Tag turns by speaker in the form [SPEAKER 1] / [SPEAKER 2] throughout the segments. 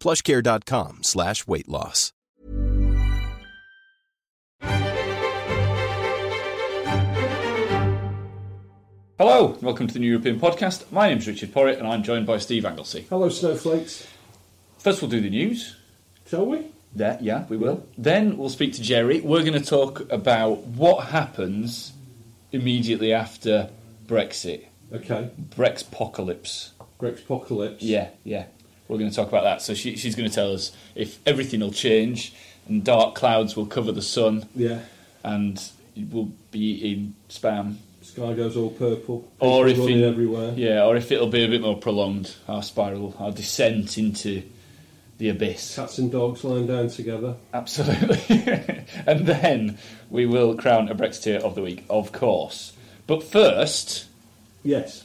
[SPEAKER 1] Plushcare.com slash weight loss.
[SPEAKER 2] Hello, welcome to the New European Podcast. My name's Richard Porritt and I'm joined by Steve Anglesey.
[SPEAKER 3] Hello, snowflakes.
[SPEAKER 2] First, we'll do the news.
[SPEAKER 3] Shall we?
[SPEAKER 2] There, yeah, we will. Then we'll speak to Jerry. We're going to talk about what happens immediately after Brexit,
[SPEAKER 3] Okay.
[SPEAKER 2] Brexpocalypse.
[SPEAKER 3] Greg's apocalypse.
[SPEAKER 2] Yeah, yeah. We're going to talk about that. So she, she's going to tell us if everything will change and dark clouds will cover the sun
[SPEAKER 3] Yeah.
[SPEAKER 2] and we'll be eating spam.
[SPEAKER 3] Sky goes all purple. People
[SPEAKER 2] Or if
[SPEAKER 3] running
[SPEAKER 2] it-
[SPEAKER 3] everywhere.
[SPEAKER 2] Yeah, or if it'll be a bit more prolonged, our spiral, our descent into the abyss.
[SPEAKER 3] Cats and dogs lying down together.
[SPEAKER 2] Absolutely. and then we will crown a Brexiteer of the week, of course. But first,
[SPEAKER 3] Yes.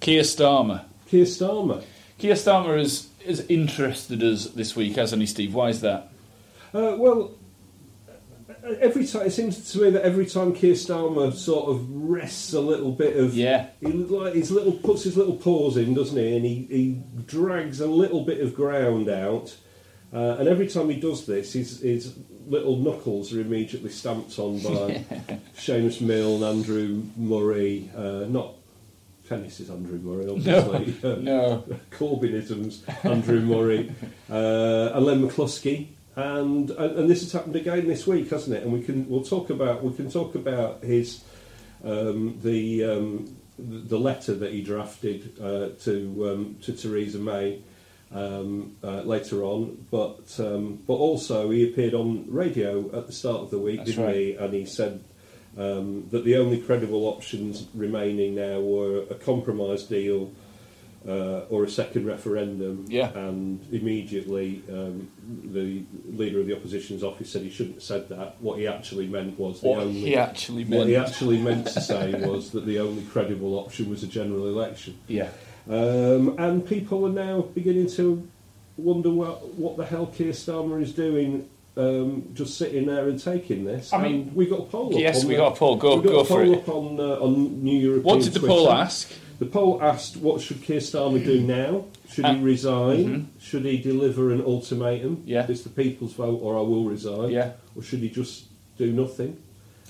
[SPEAKER 2] Keir Starmer.
[SPEAKER 3] Keir Starmer.
[SPEAKER 2] Keir Starmer has, has interested us this week, hasn't he, Steve? Why is that?
[SPEAKER 3] Uh, well, every time it seems to me that every time Keir Starmer sort of rests a little bit of
[SPEAKER 2] Yeah.
[SPEAKER 3] he like his little puts his little paws in, doesn't he? And he, he drags a little bit of ground out, uh, and every time he does this, his his little knuckles are immediately stamped on by Seamus Milne, Andrew Murray, uh, not. Tennis is Andrew Murray, obviously. Um,
[SPEAKER 2] no.
[SPEAKER 3] Corbynisms, Andrew Murray, uh, and Len McCluskey. And, and and this has happened again this week, hasn't it? And we can we'll talk about we can talk about his um, the um, the the letter that he drafted uh, to um, to Theresa May um, uh, later on, but um, but also he appeared on radio at the start of the week,
[SPEAKER 2] That's
[SPEAKER 3] didn't
[SPEAKER 2] right.
[SPEAKER 3] he? And he said um, that the only credible options remaining now were a compromise deal uh, or a second referendum.
[SPEAKER 2] Yeah.
[SPEAKER 3] And immediately, um, the leader of the opposition's office said he shouldn't have said that. What he actually meant was the
[SPEAKER 2] What
[SPEAKER 3] only.
[SPEAKER 2] he actually
[SPEAKER 3] What he
[SPEAKER 2] meant.
[SPEAKER 3] actually meant to say was that the only credible option was a general election.
[SPEAKER 2] Yeah.
[SPEAKER 3] Um, and people are now beginning to wonder what, what the hell Keir Starmer is doing, um, just sitting there and taking this.
[SPEAKER 2] I mean,
[SPEAKER 3] And we got a poll. up
[SPEAKER 2] yes,
[SPEAKER 3] on
[SPEAKER 2] we
[SPEAKER 3] the-
[SPEAKER 2] got a poll. Go-
[SPEAKER 3] we got
[SPEAKER 2] go
[SPEAKER 3] a
[SPEAKER 2] for
[SPEAKER 3] poll
[SPEAKER 2] it.
[SPEAKER 3] up on uh, on New European.
[SPEAKER 2] What did the poll
[SPEAKER 3] Twitter.
[SPEAKER 2] ask? Mm-hmm.
[SPEAKER 3] The poll asked, "What should Keir Starmer do now? Should
[SPEAKER 2] Uh,
[SPEAKER 3] he resign? Should he deliver an ultimatum?
[SPEAKER 2] Yeah.
[SPEAKER 3] It's the people's vote, or I will resign.
[SPEAKER 2] Yeah.
[SPEAKER 3] Or should he just do nothing?"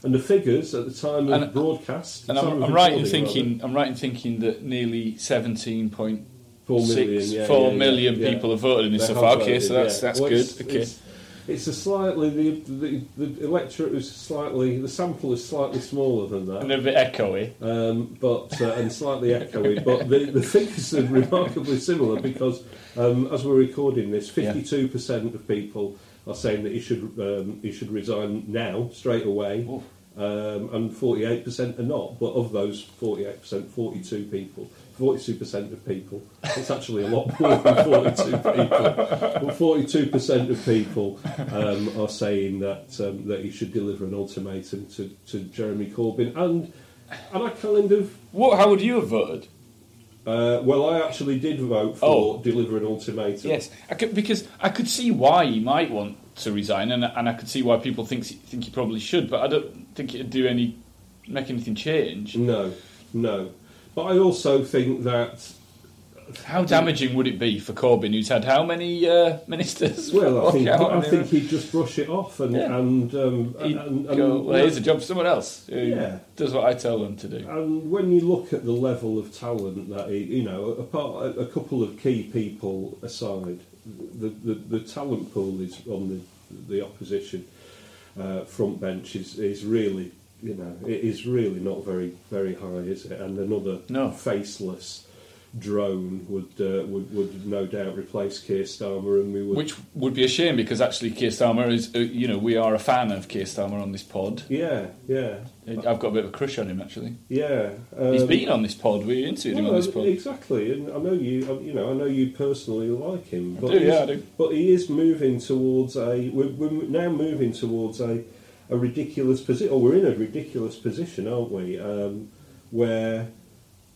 [SPEAKER 3] And the figures at the time of
[SPEAKER 2] And-
[SPEAKER 3] broadcast,
[SPEAKER 2] And
[SPEAKER 3] the time
[SPEAKER 2] I'm,
[SPEAKER 3] of
[SPEAKER 2] I'm right in
[SPEAKER 3] recording,
[SPEAKER 2] thinking. I'm right in thinking that nearly 17.6
[SPEAKER 3] rather, four million, yeah,
[SPEAKER 2] four
[SPEAKER 3] yeah,
[SPEAKER 2] million
[SPEAKER 3] yeah, yeah.
[SPEAKER 2] people have voted in this so
[SPEAKER 3] They have
[SPEAKER 2] far. Okay,
[SPEAKER 3] voted,
[SPEAKER 2] so that's
[SPEAKER 3] yeah.
[SPEAKER 2] that's
[SPEAKER 3] Well,
[SPEAKER 2] good.
[SPEAKER 3] it's-
[SPEAKER 2] okay.
[SPEAKER 3] It's, it's a slightly the, the the electorate was slightly the sample is slightly smaller than that.
[SPEAKER 2] And they're a bit echoey.
[SPEAKER 3] um, but uh, and slightly echoey. But the, the figures are remarkably similar because, um, as we're recording this,
[SPEAKER 2] Yeah.
[SPEAKER 3] fifty-two percent of people are saying that he should um, he should resign now, straight away,
[SPEAKER 2] Oof.
[SPEAKER 3] um, and forty-eight percent are not. But of those forty-eight percent, forty-two people. 42% of people, it's actually a lot more than 42 people, but 42% of people um, are saying that um, that he should deliver an ultimatum to, to Jeremy Corbyn. And and I kind of,
[SPEAKER 2] What? How would you have voted?
[SPEAKER 3] uh, well, I actually did vote for
[SPEAKER 2] Oh.
[SPEAKER 3] deliver an ultimatum.
[SPEAKER 2] Yes, I could, because I could see why he might want to resign, and and I could see why people think think he probably should, but I don't think it'd do any make anything change.
[SPEAKER 3] No, no. But I also think that,
[SPEAKER 2] How damaging would it be for Corbyn, who's had how many uh, ministers?
[SPEAKER 3] well, I
[SPEAKER 2] walk
[SPEAKER 3] think,
[SPEAKER 2] out
[SPEAKER 3] I
[SPEAKER 2] on
[SPEAKER 3] think
[SPEAKER 2] their-
[SPEAKER 3] he'd just brush it off and
[SPEAKER 2] Yeah.
[SPEAKER 3] and, um,
[SPEAKER 2] he'd
[SPEAKER 3] and, and,
[SPEAKER 2] go, well, here's a job for someone else who
[SPEAKER 3] Yeah. Uh,
[SPEAKER 2] does what I tell them to do.
[SPEAKER 3] and when you look at the level of talent that he, you know, apart a couple of key people aside, the, the, the talent pool is on the, the opposition uh, front bench is, is really, you know, it is really not very very high, is it? And another
[SPEAKER 2] No.
[SPEAKER 3] faceless drone would, uh, would would no doubt replace Keir Starmer, and we would.
[SPEAKER 2] Which would be a shame because actually Keir Starmer is, uh, you know, we are a fan of Keir Starmer on this pod.
[SPEAKER 3] yeah, yeah,
[SPEAKER 2] I've got a bit of a crush on him actually.
[SPEAKER 3] yeah.
[SPEAKER 2] He's
[SPEAKER 3] um,
[SPEAKER 2] been on this pod. We interviewed him on
[SPEAKER 3] Well,
[SPEAKER 2] this pod.
[SPEAKER 3] Exactly, and I know you. You know, I know you personally like him. But
[SPEAKER 2] do,
[SPEAKER 3] he's-
[SPEAKER 2] yeah, I do.
[SPEAKER 3] But he is moving towards a. We're, we're now moving towards a, a ridiculous position. Or we're in a ridiculous position, aren't we? Um, where,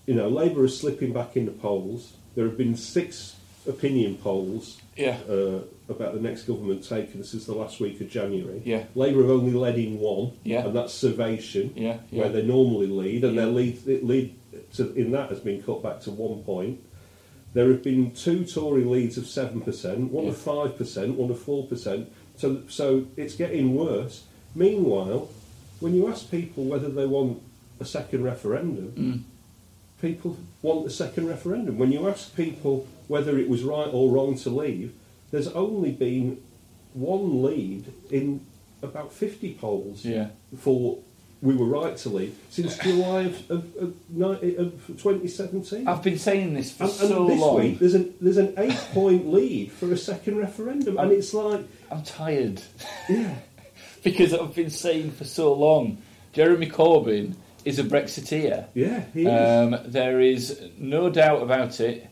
[SPEAKER 3] you know, Labour is slipping back in the polls. There have been six opinion polls.
[SPEAKER 2] Yeah.
[SPEAKER 3] Uh, about the next government taken since the last week of January.
[SPEAKER 2] Yeah.
[SPEAKER 3] Labour have only led in one,
[SPEAKER 2] Yeah.
[SPEAKER 3] and that's Servation,
[SPEAKER 2] Yeah,
[SPEAKER 3] where
[SPEAKER 2] yeah.
[SPEAKER 3] they normally lead, and
[SPEAKER 2] Yeah.
[SPEAKER 3] their lead, lead to, in that has been cut back to one point. There have been two Tory leads of seven percent, one of five percent, one of four percent. So, so it's getting worse. Meanwhile, when you ask people whether they want a second referendum, people want a second referendum. When you ask people whether it was right or wrong to leave, there's only been one lead in about 50 polls
[SPEAKER 2] Yeah.
[SPEAKER 3] for we were right to leave since July of, of, of, ni- of 2017.
[SPEAKER 2] I've been saying this for
[SPEAKER 3] and, and
[SPEAKER 2] so
[SPEAKER 3] this
[SPEAKER 2] long.
[SPEAKER 3] week there's an there's an eight point lead for a second referendum, and it's like
[SPEAKER 2] I'm tired. because I've been saying for so long, Jeremy Corbyn is a Brexiteer.
[SPEAKER 3] yeah, he is.
[SPEAKER 2] Um, there is no doubt about it,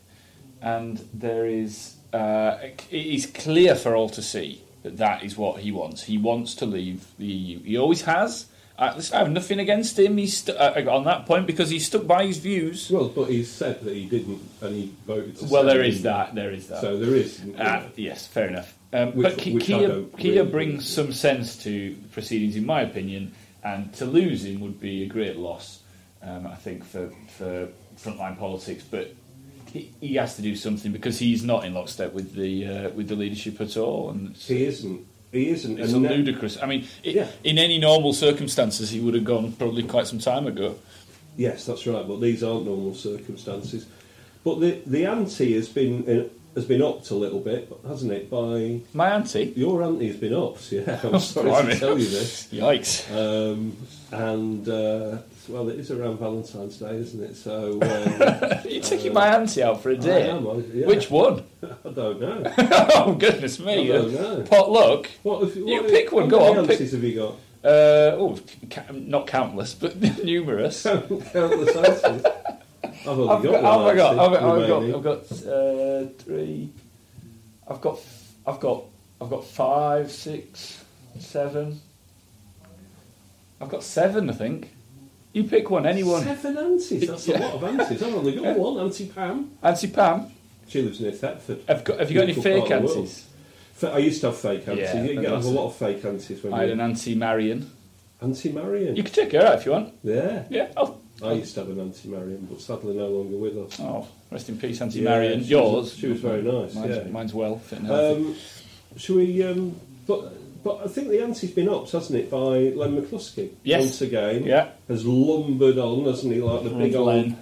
[SPEAKER 2] and there is uh, it is clear for all to see that that is what he wants. He wants to leave the EU. He always has. I, listen, I have nothing against him. He's stu- uh, on that point because he stuck by his views.
[SPEAKER 3] well, but he said that he didn't, and he voted. To
[SPEAKER 2] Well,
[SPEAKER 3] stay.
[SPEAKER 2] there is that. There is that.
[SPEAKER 3] So there is.
[SPEAKER 2] Ah, yes, fair enough. Um,
[SPEAKER 3] Which-
[SPEAKER 2] but Ki-
[SPEAKER 3] which I
[SPEAKER 2] Kia,
[SPEAKER 3] don't
[SPEAKER 2] Kia
[SPEAKER 3] really-
[SPEAKER 2] brings some sense to the proceedings, in my opinion, and to lose him would be a great loss, um, I think, for, for frontline politics. But he, he has to do something because he's not in lockstep with the uh, with the leadership at all, and it's,
[SPEAKER 3] he isn't. He isn't.
[SPEAKER 2] it's a
[SPEAKER 3] and that-
[SPEAKER 2] ludicrous. I mean, i
[SPEAKER 3] Yeah.
[SPEAKER 2] in any normal circumstances, he would have gone probably quite some time ago.
[SPEAKER 3] Yes, that's right. But these aren't normal circumstances. But the the ante has been uh, has been upped a little bit, hasn't it? By
[SPEAKER 2] My auntie,
[SPEAKER 3] your ante has been upped. Yeah, I'm sorry
[SPEAKER 2] Blimey.
[SPEAKER 3] to tell you this.
[SPEAKER 2] yikes!
[SPEAKER 3] Um, and uh, well, it is around Valentine's Day, isn't it? So um,
[SPEAKER 2] You're taking my auntie out for a day.
[SPEAKER 3] am, I- yeah.
[SPEAKER 2] Which one?
[SPEAKER 3] I don't know.
[SPEAKER 2] oh goodness me! Uh,
[SPEAKER 3] I don't know.
[SPEAKER 2] Potluck.
[SPEAKER 3] What, if,
[SPEAKER 2] You
[SPEAKER 3] what-
[SPEAKER 2] pick one,
[SPEAKER 3] How
[SPEAKER 2] go
[SPEAKER 3] many
[SPEAKER 2] on, pick-
[SPEAKER 3] antes have you got?
[SPEAKER 2] Uh, oh, ca- not countless, but numerous. I've
[SPEAKER 3] Countless antes. I've only
[SPEAKER 2] got,
[SPEAKER 3] got,
[SPEAKER 2] oh
[SPEAKER 3] one.
[SPEAKER 2] my god, I've,
[SPEAKER 3] ante
[SPEAKER 2] I've got,
[SPEAKER 3] remaining.
[SPEAKER 2] I've got uh, three. I've got, I've got, I've got five, six, seven. I've got seven, I think. You pick one, anyone.
[SPEAKER 3] Seven antes. That's a lot of antes. I've only got one. Auntie Pam.
[SPEAKER 2] Auntie Pam,
[SPEAKER 3] She lives near Thetford.
[SPEAKER 2] have, got, have you got any
[SPEAKER 3] Beautiful
[SPEAKER 2] fake
[SPEAKER 3] part of the
[SPEAKER 2] aunties?
[SPEAKER 3] Fa- I used to have fake aunties.
[SPEAKER 2] Yeah,
[SPEAKER 3] you get have
[SPEAKER 2] that's
[SPEAKER 3] a
[SPEAKER 2] it.
[SPEAKER 3] lot of fake aunties when
[SPEAKER 2] I had
[SPEAKER 3] you
[SPEAKER 2] an auntie Marion.
[SPEAKER 3] Auntie Marion.
[SPEAKER 2] You could take her out if you want.
[SPEAKER 3] Yeah.
[SPEAKER 2] Yeah. Oh,
[SPEAKER 3] I used to have an Auntie Marion, but sadly no longer with us.
[SPEAKER 2] oh rest in peace, Auntie
[SPEAKER 3] Yeah,
[SPEAKER 2] Marion.
[SPEAKER 3] she
[SPEAKER 2] Yours.
[SPEAKER 3] was- she was very nice,
[SPEAKER 2] Mine's,
[SPEAKER 3] yeah.
[SPEAKER 2] mine's well fit and healthy.
[SPEAKER 3] Um, should we? Um, but but I think the ante's been upped, hasn't it, by Len McCluskey
[SPEAKER 2] Yes.
[SPEAKER 3] once again?
[SPEAKER 2] Yeah.
[SPEAKER 3] has lumbered on, hasn't he? Like the big old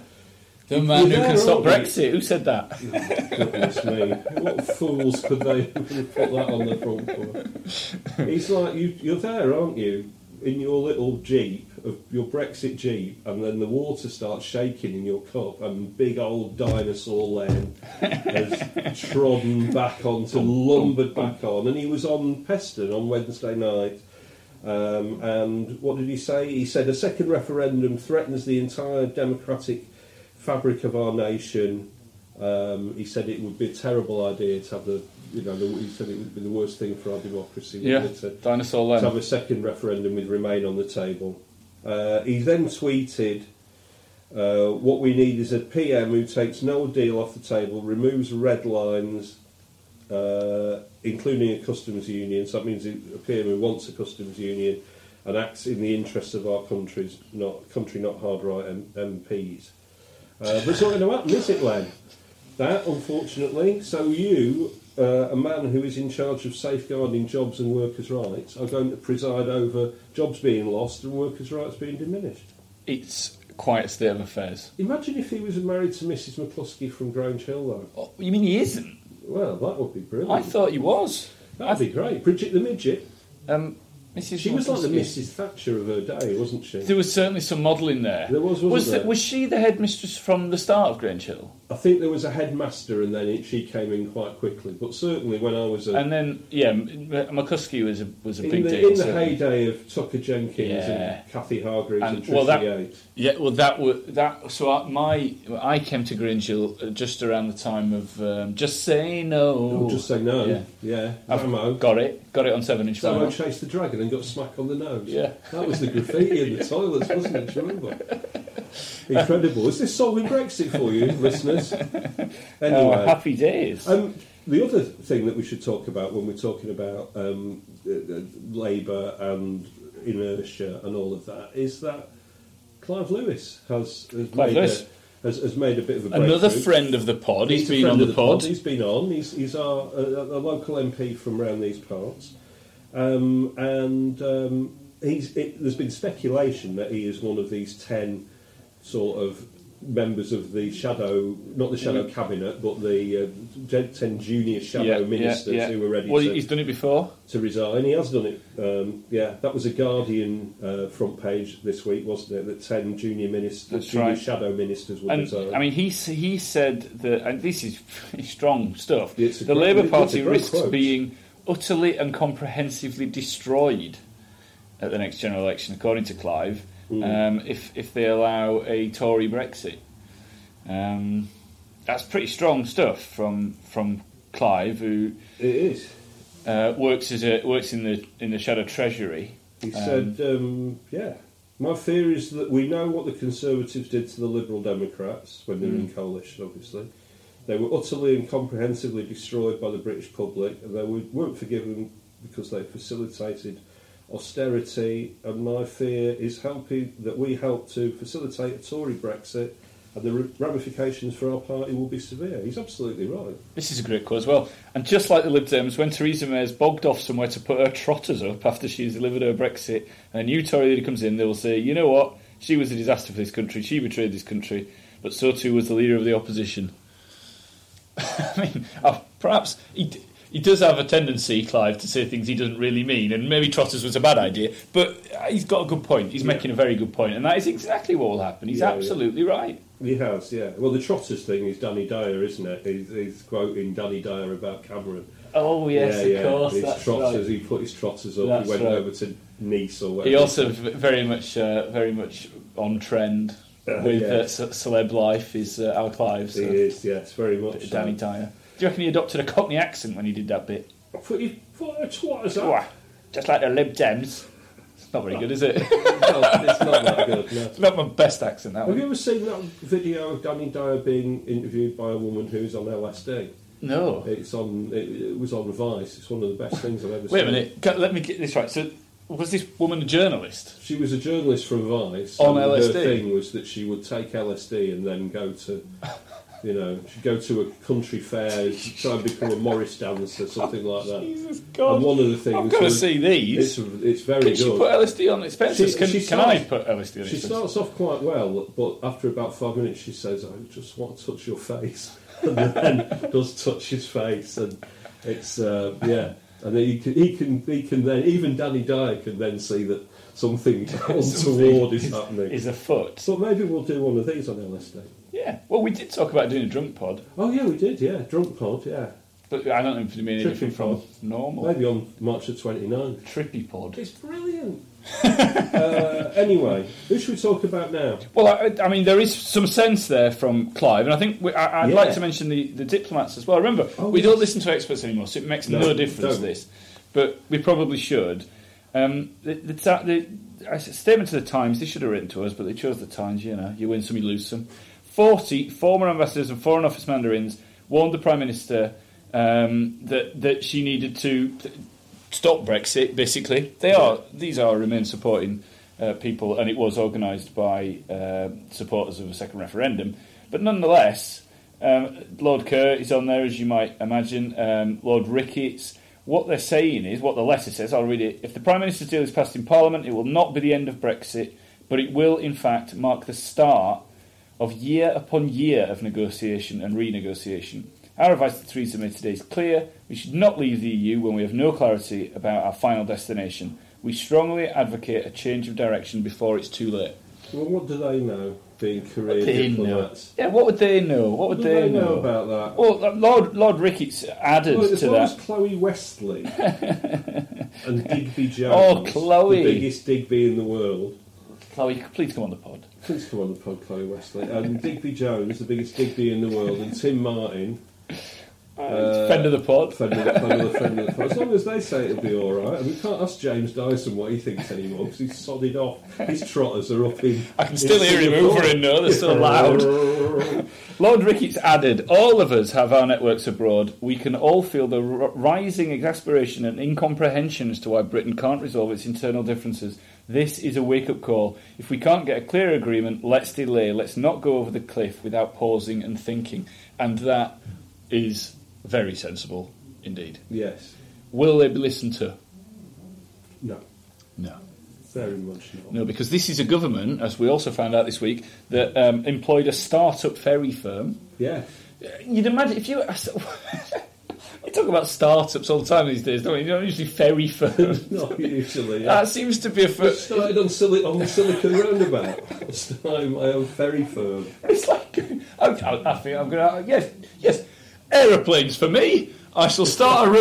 [SPEAKER 2] The man who
[SPEAKER 3] there,
[SPEAKER 2] can stop
[SPEAKER 3] aren't you?
[SPEAKER 2] Brexit. Who said that?
[SPEAKER 3] goodness me! What fools could they put that on the front for? He's like you, you're there, aren't you? In your little jeep, of your Brexit jeep, and then the water starts shaking in your cup, and big old dinosaur Len has trodden back onto, lumbered back on, and he was on Peston on Wednesday night. Um, and what did he say? He said a second referendum threatens the entire democratic fabric of our nation. Um, he said it would be a terrible idea to have the, you know, the, he said it would be the worst thing for our democracy. wouldn't
[SPEAKER 2] Yeah,
[SPEAKER 3] it, to-
[SPEAKER 2] dinosaur
[SPEAKER 3] to have
[SPEAKER 2] Len.
[SPEAKER 3] a second referendum with Remain on the table. Uh, he then tweeted, uh, "What we need is a PM who takes no deal off the table, removes red lines, uh, including a customs union. So that means a PM who wants a customs union and acts in the interests of our countries, not country, not hard right M- MPs." Uh, but it's not going to happen, is it, Len? That, unfortunately. So you, uh, a man who is in charge of safeguarding jobs and workers' rights, are going to preside over jobs being lost and workers' rights being diminished.
[SPEAKER 2] It's quite a state of affairs.
[SPEAKER 3] Imagine if he was married to Mrs McCluskey from Grange Hill, though.
[SPEAKER 2] Oh, you mean he isn't?
[SPEAKER 3] Well, that would be brilliant.
[SPEAKER 2] I thought he was.
[SPEAKER 3] that'd be great. Bridget the midget.
[SPEAKER 2] Um, Mrs.
[SPEAKER 3] She was like the
[SPEAKER 2] Lipinski.
[SPEAKER 3] Mrs. Thatcher of her day, wasn't she?
[SPEAKER 2] There was certainly some modelling there.
[SPEAKER 3] There was, wasn't
[SPEAKER 2] was
[SPEAKER 3] there?
[SPEAKER 2] was she the headmistress from the start of Grange Hill?
[SPEAKER 3] I think there was a headmaster, and then it, she came in quite quickly. But certainly, when I was a,
[SPEAKER 2] And then, yeah, M- M- McCuskey was a, was a
[SPEAKER 3] in,
[SPEAKER 2] big
[SPEAKER 3] the,
[SPEAKER 2] deal.
[SPEAKER 3] in the
[SPEAKER 2] certainly.
[SPEAKER 3] heyday of Tucker Jenkins
[SPEAKER 2] Yeah.
[SPEAKER 3] and Kathy Hargreaves and,
[SPEAKER 2] And-
[SPEAKER 3] Tricia
[SPEAKER 2] well, that-
[SPEAKER 3] Yates.
[SPEAKER 2] Yeah, well, that was that. So I, my I came to Grange Hill uh, just around the time of um, just say no.
[SPEAKER 3] I'll just say no.
[SPEAKER 2] Yeah.
[SPEAKER 3] Yeah, Zamo.
[SPEAKER 2] I've got it. Got it on seven inch
[SPEAKER 3] Zamo
[SPEAKER 2] vinyl.
[SPEAKER 3] chased the dragon and got smack on the nose.
[SPEAKER 2] Yeah.
[SPEAKER 3] that was the graffiti in the toilets, wasn't it? Do you remember? Incredible. Is this solving Brexit for you, listeners?
[SPEAKER 2] Oh,
[SPEAKER 3] Anyway,
[SPEAKER 2] happy days.
[SPEAKER 3] Um, the other thing that we should talk about when we're talking about um, uh, uh, Labour and inertia and all of that is that Clive Lewis has, has
[SPEAKER 2] Clive
[SPEAKER 3] made
[SPEAKER 2] Lewis.
[SPEAKER 3] A, has, has made a bit of a
[SPEAKER 2] Another
[SPEAKER 3] breakthrough.
[SPEAKER 2] friend of the pod.
[SPEAKER 3] He's
[SPEAKER 2] he's
[SPEAKER 3] a
[SPEAKER 2] been
[SPEAKER 3] friend
[SPEAKER 2] on
[SPEAKER 3] of
[SPEAKER 2] the pod.
[SPEAKER 3] He's been on. He's, he's our a, a local MP from around these parts, um, and um, he's. It, there's been speculation that he is one of these ten sort of members of the shadow, not
[SPEAKER 2] Mm.
[SPEAKER 3] the shadow cabinet, but the uh, gen- ten junior shadow ministers who were ready
[SPEAKER 2] Well,
[SPEAKER 3] to,
[SPEAKER 2] he's done it before.
[SPEAKER 3] to resign. He has done it. Um, yeah, that was a Guardian uh, front page this week, wasn't it? That ten junior ministers,
[SPEAKER 2] That's
[SPEAKER 3] junior
[SPEAKER 2] right.
[SPEAKER 3] shadow ministers would
[SPEAKER 2] And
[SPEAKER 3] resign.
[SPEAKER 2] I mean, he s- he said that, and this is pretty strong stuff.
[SPEAKER 3] It's a
[SPEAKER 2] the
[SPEAKER 3] great-
[SPEAKER 2] Labour
[SPEAKER 3] it's a
[SPEAKER 2] Party
[SPEAKER 3] great
[SPEAKER 2] risks
[SPEAKER 3] quote.
[SPEAKER 2] being utterly and comprehensively destroyed at the next general election, according to Clive,
[SPEAKER 3] Hmm.
[SPEAKER 2] um, if if they allow a Tory Brexit. Um, that's pretty strong stuff from from Clive, who
[SPEAKER 3] it is.
[SPEAKER 2] uh, works as a works in the in the shadow treasury.
[SPEAKER 3] He said, um, yeah. My fear is that we know what the Conservatives did to the Liberal Democrats when they were in coalition, obviously. They were utterly and comprehensively destroyed by the British public, and they were- weren't forgiven because they facilitated austerity. And my fear is helping that we helped to facilitate a Tory Brexit, and the ra- ramifications for our party will be severe. He's absolutely right.
[SPEAKER 2] This is a great quote as well. And just like the Lib Dems, when Theresa May's bogged off somewhere to put her trotters up after she's delivered her Brexit, and a new Tory leader comes in, they will say, you know what? She was a disaster for this country. She betrayed this country. But so too was the leader of the opposition. I mean, uh, perhaps he, d- he does have a tendency, Clive, to say things he doesn't really mean, and maybe Trotters was a bad idea, but uh, he's got a good point. He's making a very good point, and that is exactly what will happen. He's
[SPEAKER 3] Yeah, yeah.
[SPEAKER 2] absolutely right.
[SPEAKER 3] He has, yeah. Well, the Trotters thing is Danny Dyer, isn't it? He's, he's quoting Danny Dyer about Cameron.
[SPEAKER 2] Oh, yes, of course.
[SPEAKER 3] His
[SPEAKER 2] that's
[SPEAKER 3] trotters,
[SPEAKER 2] right.
[SPEAKER 3] he put his trotters up.
[SPEAKER 2] That's
[SPEAKER 3] he went
[SPEAKER 2] right.
[SPEAKER 3] over to Nice or wherever.
[SPEAKER 2] He also v- very much, uh, very much on trend
[SPEAKER 3] Uh,
[SPEAKER 2] with
[SPEAKER 3] yeah.
[SPEAKER 2] uh, ce- celeb life is uh, Al Clive, so
[SPEAKER 3] he is, yes, very
[SPEAKER 2] bit
[SPEAKER 3] much.
[SPEAKER 2] of Danny
[SPEAKER 3] so.
[SPEAKER 2] Dyer. Do you reckon he adopted a Cockney accent when he did that bit?
[SPEAKER 3] But he- What a twat is that?
[SPEAKER 2] Wah, Just like the Lib Dems. It's not very good, is it?
[SPEAKER 3] No, it's not that good. no.
[SPEAKER 2] not my best accent that
[SPEAKER 3] Have
[SPEAKER 2] one.
[SPEAKER 3] you ever seen that video of Danny Dyer being interviewed by a woman who's on LSD?
[SPEAKER 2] No.
[SPEAKER 3] It's on. It, it was on Vice. It's one of the best things I've ever
[SPEAKER 2] Wait a
[SPEAKER 3] seen.
[SPEAKER 2] minute. Ca- Let me get this right. So, was this woman a journalist?
[SPEAKER 3] She was a journalist from Vice.
[SPEAKER 2] On
[SPEAKER 3] and
[SPEAKER 2] LSD?
[SPEAKER 3] Her thing was that she would take LSD and then go to, you know, she'd go to a country fair, try and become a Morris dancer, something like that.
[SPEAKER 2] Jesus God.
[SPEAKER 3] And one of the things
[SPEAKER 2] I've got to
[SPEAKER 3] was-
[SPEAKER 2] see these.
[SPEAKER 3] It's, it's very
[SPEAKER 2] Can
[SPEAKER 3] good.
[SPEAKER 2] she put LSD on expenses?
[SPEAKER 3] She-
[SPEAKER 2] can
[SPEAKER 3] she
[SPEAKER 2] can I
[SPEAKER 3] starts-
[SPEAKER 2] put LSD on
[SPEAKER 3] She
[SPEAKER 2] expenses?
[SPEAKER 3] starts off quite well, but after about five minutes, she says, "I just want to touch your face," and then does touch his face, and it's uh, yeah. And then he can, he can he can then even Danny Dyer can then see that something untoward is happening.
[SPEAKER 2] Is afoot.
[SPEAKER 3] So maybe we'll do one of these on LSD.
[SPEAKER 2] Yeah. Well, we did talk about doing a drunk pod.
[SPEAKER 3] Oh yeah, we did. Yeah, drunk pod. Yeah,
[SPEAKER 2] But I don't know if it'd be any
[SPEAKER 3] Trippy
[SPEAKER 2] different from
[SPEAKER 3] pod.
[SPEAKER 2] normal.
[SPEAKER 3] maybe on March the 29th.
[SPEAKER 2] Trippy pod.
[SPEAKER 3] It's brilliant. uh, anyway, who should we talk about now?
[SPEAKER 2] Well, I, I mean, there is some sense there from Clive, and I think we, I, I'd
[SPEAKER 3] Yeah.
[SPEAKER 2] like to mention the, the diplomats as well. Remember,
[SPEAKER 3] Oh,
[SPEAKER 2] we
[SPEAKER 3] yes.
[SPEAKER 2] don't listen to experts anymore, so it makes no,
[SPEAKER 3] No,
[SPEAKER 2] difference
[SPEAKER 3] don't.
[SPEAKER 2] this, but we probably should. Um, the, the, ta- the, a statement to the Times, they should have written to us, but they chose the Times, you know, you win some, you lose some. 40 former ambassadors and Foreign Office mandarins warned the Prime Minister um, that, that she needed to stop Brexit, basically. They are these are Remain supporting uh, people, and it was organised by uh, supporters of a second referendum. But nonetheless, um, Lord Kerr is on there, as you might imagine. Um, Lord Ricketts. What they're saying is, what the letter says, I'll read it. If the Prime Minister's deal is passed in Parliament, it will not be the end of Brexit, but it will, in fact, mark the start of year upon year of negotiation and renegotiation. Our advice to Theresa May today is clear. We should not leave the EU when we have no clarity about our final destination. We strongly advocate a change of direction before it's too late.
[SPEAKER 3] Well, what do they know, being career
[SPEAKER 4] They know.
[SPEAKER 3] diplomats?
[SPEAKER 2] Yeah, what would they know? What would
[SPEAKER 3] What do
[SPEAKER 2] they,
[SPEAKER 3] they know about that?
[SPEAKER 2] Well, Lord Lord Ricketts added
[SPEAKER 3] Well, as
[SPEAKER 2] to
[SPEAKER 3] long
[SPEAKER 2] that.
[SPEAKER 3] as Chloe Westley and Digby
[SPEAKER 2] Oh,
[SPEAKER 3] Jones,
[SPEAKER 2] Chloe.
[SPEAKER 3] the biggest Digby in the world.
[SPEAKER 2] Chloe, please come on the pod.
[SPEAKER 3] Please come on the pod, Chloe Westley. And Digby Jones, the biggest Digby in the world, and Tim Martin,
[SPEAKER 2] Friend of the pod.
[SPEAKER 3] friend of the, friend of the, friend of the pod. As long as they say it'll be all right, and we can't ask James Dyson what he thinks anymore because he's sodded off. His trotters are up in.
[SPEAKER 2] I can still hear him hoovering, though, they're so
[SPEAKER 3] loud.
[SPEAKER 2] Lord Ricketts added, All of us have our networks abroad. We can all feel the r- rising exasperation and incomprehension as to why Britain can't resolve its internal differences. This is a wake up call. If we can't get a clear agreement, let's delay. Let's not go over the cliff without pausing and thinking. And that is very sensible indeed.
[SPEAKER 3] yes.
[SPEAKER 2] Will they be listened to?
[SPEAKER 3] No.
[SPEAKER 2] No.
[SPEAKER 3] Very much not.
[SPEAKER 2] No, because this is a government, as we also found out this week, that um, employed a start-up ferry firm.
[SPEAKER 3] Yeah.
[SPEAKER 2] You'd imagine if you. we talk about startups all the time these days, don't we? You don't usually ferry firms.
[SPEAKER 3] Not usually. yeah.
[SPEAKER 2] That seems to be a
[SPEAKER 3] I
[SPEAKER 2] first.
[SPEAKER 3] started on, Sili- on the Silicon Roundabout. I started my own ferry firm.
[SPEAKER 2] It's like I, I, I think I'm going to yes, yes, aeroplanes for me. I shall start a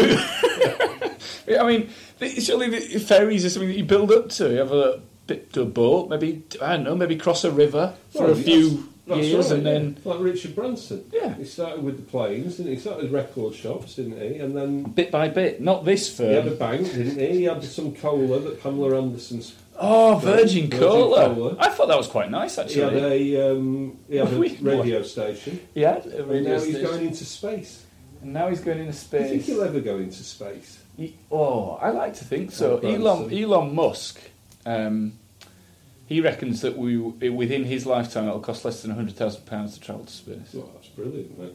[SPEAKER 2] route. I mean, the- surely the ferries are something that you build up to. You have a bit to a boat, maybe I don't know, maybe cross a river for a
[SPEAKER 3] Well,
[SPEAKER 2] few
[SPEAKER 3] that's- that's
[SPEAKER 2] years,
[SPEAKER 3] right,
[SPEAKER 2] and
[SPEAKER 3] yeah.
[SPEAKER 2] then
[SPEAKER 3] Like Richard Branson.
[SPEAKER 2] Yeah.
[SPEAKER 3] He started with the planes, didn't he? He started record shops, didn't he? And then
[SPEAKER 2] bit by bit. Not this firm.
[SPEAKER 3] he had a bank, didn't he? He had some cola that Pamela Anderson's.
[SPEAKER 2] Oh, Virgin,
[SPEAKER 3] Virgin
[SPEAKER 2] Cola.
[SPEAKER 3] Cola.
[SPEAKER 2] I thought that was quite nice,
[SPEAKER 3] He had
[SPEAKER 2] actually.
[SPEAKER 3] a, um, he had a
[SPEAKER 2] We-
[SPEAKER 3] radio station.
[SPEAKER 2] Yeah,
[SPEAKER 3] And now he's going into space.
[SPEAKER 2] and now he's going into
[SPEAKER 3] Do you think
[SPEAKER 2] space.
[SPEAKER 3] he'll ever go into space?
[SPEAKER 2] He- oh, I like to think so.
[SPEAKER 3] Oh,
[SPEAKER 2] Elon,
[SPEAKER 3] Branson.
[SPEAKER 2] Elon Musk, um, he reckons that we within his lifetime it'll cost less than hundred thousand pounds to travel to space.
[SPEAKER 3] Well, that's brilliant, man.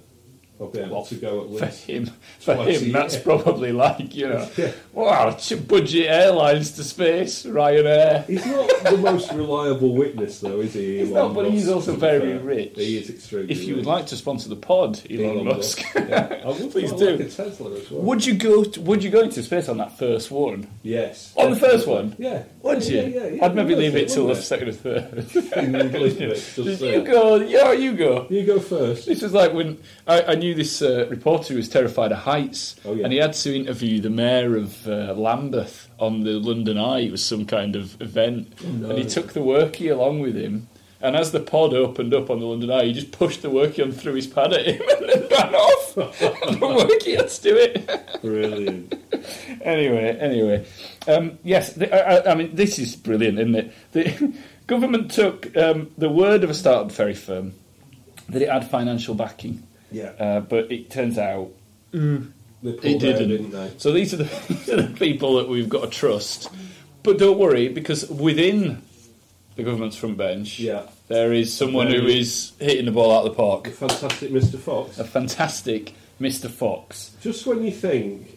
[SPEAKER 3] I'll be able
[SPEAKER 2] Well,
[SPEAKER 3] to go at
[SPEAKER 2] For
[SPEAKER 3] least.
[SPEAKER 2] him, for
[SPEAKER 3] Twice a
[SPEAKER 2] him, that's
[SPEAKER 3] year.
[SPEAKER 2] probably like you know,
[SPEAKER 3] Yeah.
[SPEAKER 2] wow, it's budget airlines to space, Ryanair.
[SPEAKER 3] He's not the most reliable witness, though, is he?
[SPEAKER 2] He's not,
[SPEAKER 3] Elon
[SPEAKER 2] but he's
[SPEAKER 3] Musk,
[SPEAKER 2] also
[SPEAKER 3] to be fair?
[SPEAKER 2] very rich.
[SPEAKER 3] He is extremely.
[SPEAKER 2] If you would
[SPEAKER 3] rich.
[SPEAKER 2] like to sponsor the pod, Elon, Musk,
[SPEAKER 3] Yeah. I would
[SPEAKER 2] please
[SPEAKER 3] quite
[SPEAKER 2] do.
[SPEAKER 3] Like a Tesla as well.
[SPEAKER 2] Would you go? To, would you go into space on that first one?
[SPEAKER 3] yes.
[SPEAKER 2] On the first one?
[SPEAKER 3] Yeah.
[SPEAKER 2] Would you?
[SPEAKER 3] Yeah, yeah, yeah,
[SPEAKER 2] I'd maybe
[SPEAKER 3] yeah,
[SPEAKER 2] leave it till the
[SPEAKER 3] wouldn't
[SPEAKER 2] second or third.
[SPEAKER 3] I? Leave it, just
[SPEAKER 2] you
[SPEAKER 3] there.
[SPEAKER 2] go. Yeah, you go.
[SPEAKER 3] You go first.
[SPEAKER 2] This was like when I, I knew this uh, reporter who was terrified of heights,
[SPEAKER 3] Oh, yeah.
[SPEAKER 2] and he had to interview the mayor of uh, Lambeth on the London Eye. It was some kind of event,
[SPEAKER 3] Oh,
[SPEAKER 2] and he took the workie along with him. And as the pod opened up on the London Eye, he just pushed the workie on through his pad at him and then ran off. the workie had to do it.
[SPEAKER 3] Brilliant.
[SPEAKER 2] anyway, anyway, um, yes, the, I, I- I mean this is brilliant, isn't it? The government took um, the word of a startup ferry firm that it had financial backing,
[SPEAKER 3] Yeah.
[SPEAKER 2] uh, but it turns out
[SPEAKER 3] They pulled
[SPEAKER 2] it
[SPEAKER 3] out,
[SPEAKER 2] didn't.
[SPEAKER 3] didn't they?
[SPEAKER 2] So these are, the, these are the people that we've got to trust. But don't worry, because within the government's front bench,
[SPEAKER 3] Yeah.
[SPEAKER 2] there is someone who
[SPEAKER 3] Very-
[SPEAKER 2] is hitting the ball out of the park.
[SPEAKER 3] Fantastic, Mr. Fox.
[SPEAKER 2] A fantastic Mr. Fox.
[SPEAKER 3] Just when you think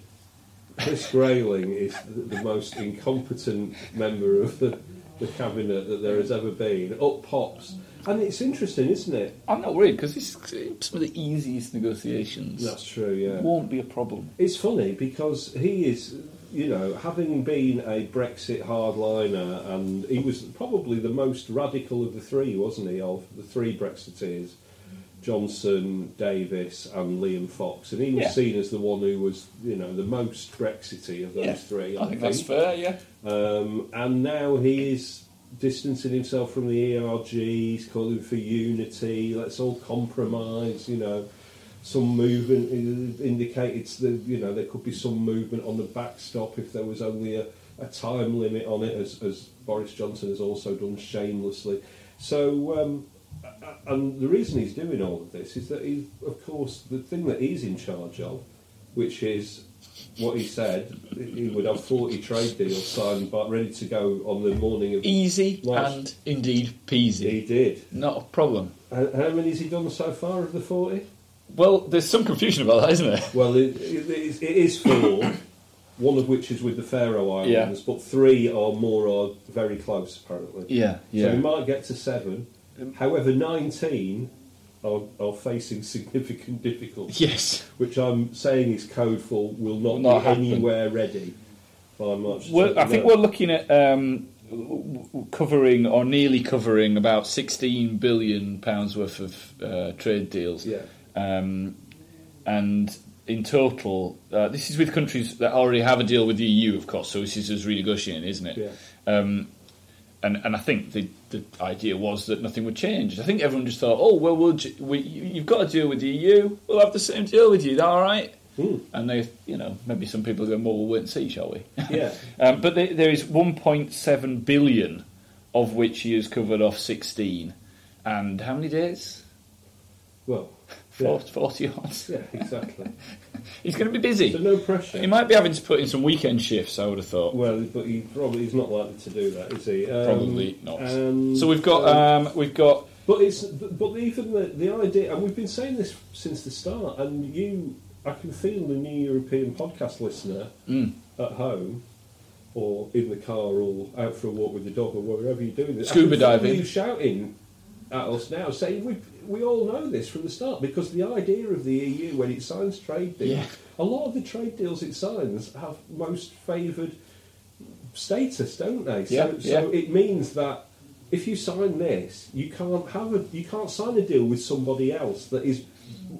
[SPEAKER 3] Chris Grayling is the, the most incompetent member of the, the cabinet that there has ever been, up pops. And it's interesting, isn't it?
[SPEAKER 2] I'm not worried because this is some of the easiest negotiations.
[SPEAKER 3] That's true. Yeah.
[SPEAKER 2] won't be a problem.
[SPEAKER 3] It's funny because he is, you know, having been a Brexit hardliner, and he was probably the most radical of the three, wasn't he? Of the three Brexiteers, Johnson, Davis, and Liam Fox, and he was
[SPEAKER 2] Yeah.
[SPEAKER 3] seen as the one who was, you know, the most Brexity of those three.
[SPEAKER 2] I think that's fair. Yeah,
[SPEAKER 3] Um, and now he is distancing himself from the ERG, he's calling for unity, let's all compromise, you know. Some movement i- indicated that, you know, there could be some movement on the backstop if there was only a, a time limit on it, as, as Boris Johnson has also done shamelessly. So, um, a- and the reason he's doing all of this is that he's, of course, the thing that he's in charge of, which is what he said, he would have 40 trade deals signed but ready to go on the morning of.
[SPEAKER 2] easy
[SPEAKER 3] Nice.
[SPEAKER 2] and indeed peasy.
[SPEAKER 3] He did.
[SPEAKER 2] Not a problem.
[SPEAKER 3] How how many has he done so far of the 40?
[SPEAKER 2] Well, there's some confusion about that, isn't there?
[SPEAKER 3] Well, it, it, is- it is four, one of which is with the Faroe Islands, but three or more are very close, apparently.
[SPEAKER 2] Yeah,
[SPEAKER 3] So we might get to seven. However, 19 are, are facing significant difficulties.
[SPEAKER 2] Yes.
[SPEAKER 3] Which I'm saying is code for will not,
[SPEAKER 2] Will not
[SPEAKER 3] be
[SPEAKER 2] happen.
[SPEAKER 3] anywhere ready by March. the
[SPEAKER 2] Well, I think
[SPEAKER 3] 29th.
[SPEAKER 2] we're looking at um, w- w- covering or nearly covering about 16 billion pounds worth of uh, trade deals.
[SPEAKER 3] Yeah.
[SPEAKER 2] Um, and in total, uh, this is with countries that already have a deal with the EU, of course. So this is us renegotiating, isn't it?
[SPEAKER 3] Yeah.
[SPEAKER 2] Um, and and I think the the idea was that nothing would change. I think everyone just thought, oh well, we'll j- we, you- you've got a deal with the EU, we'll have the same deal with you. Is that all right?
[SPEAKER 3] Hmm.
[SPEAKER 2] And they, you know, maybe some people go, well, we'll wait and see, shall we?
[SPEAKER 3] Yeah.
[SPEAKER 2] um, but there, there is 1.7 billion, of which he has covered off 16. And how many days?
[SPEAKER 3] Well,
[SPEAKER 2] Four- 40 odds.
[SPEAKER 3] yeah, exactly.
[SPEAKER 2] He's going to be busy.
[SPEAKER 3] So no pressure.
[SPEAKER 2] He might be having to put in some weekend shifts, I would have thought.
[SPEAKER 3] Well, but he probably he's not likely to do that, is he? Um,
[SPEAKER 2] Probably not.
[SPEAKER 3] and,
[SPEAKER 2] so we've got
[SPEAKER 3] um,
[SPEAKER 2] um, we've got
[SPEAKER 3] But it's but even the the idea, and we've been saying this since the start. And you, I can feel the new European podcast listener
[SPEAKER 2] Mm.
[SPEAKER 3] at home, or in the car, or out for a walk with the dog, or wherever you're doing this. I
[SPEAKER 2] Scuba
[SPEAKER 3] can feel
[SPEAKER 2] diving.
[SPEAKER 3] You shouting at us now, saying we we all know this from the start because the idea of the EU when it signs trade deals,
[SPEAKER 2] Yeah.
[SPEAKER 3] a lot of the trade deals it signs have most favoured status, don't they? So,
[SPEAKER 2] Yeah, yeah.
[SPEAKER 3] so it means that if you sign this, you can't have a you can't sign a deal with somebody else that is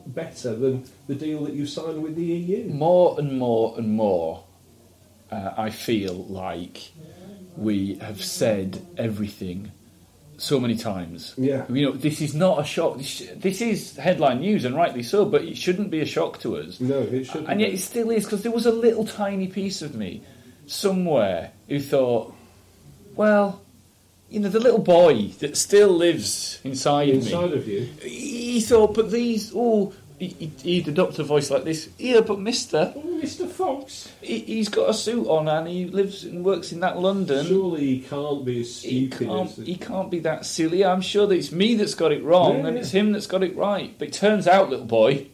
[SPEAKER 3] better than the deal that you signed with the E EU.
[SPEAKER 2] more and more and more. Uh, I feel like we have said everything so many times.
[SPEAKER 3] Yeah.
[SPEAKER 2] you know, this is not a shock. This, sh- this is headline news, and rightly so. But it shouldn't be a shock to us.
[SPEAKER 3] No, it shouldn't.
[SPEAKER 2] And yet
[SPEAKER 3] be.
[SPEAKER 2] it still is because there was a little tiny piece of me somewhere who thought, well, you know, the little boy that still lives inside, me
[SPEAKER 3] inside of you.
[SPEAKER 2] he thought, but these all. He, he, he'd adopt a voice like this. Yeah, but Mister,
[SPEAKER 3] Oh, Mr. Fox.
[SPEAKER 2] he, he's got a suit on and he lives and works in that London.
[SPEAKER 3] Surely he can't be as
[SPEAKER 2] Um, he
[SPEAKER 3] stupid
[SPEAKER 2] can't,
[SPEAKER 3] as.
[SPEAKER 2] he can't be that silly. I'm sure that it's me that's got it wrong
[SPEAKER 3] Yeah,
[SPEAKER 2] and
[SPEAKER 3] yeah.
[SPEAKER 2] it's him that's got it right. But it turns out, little boy,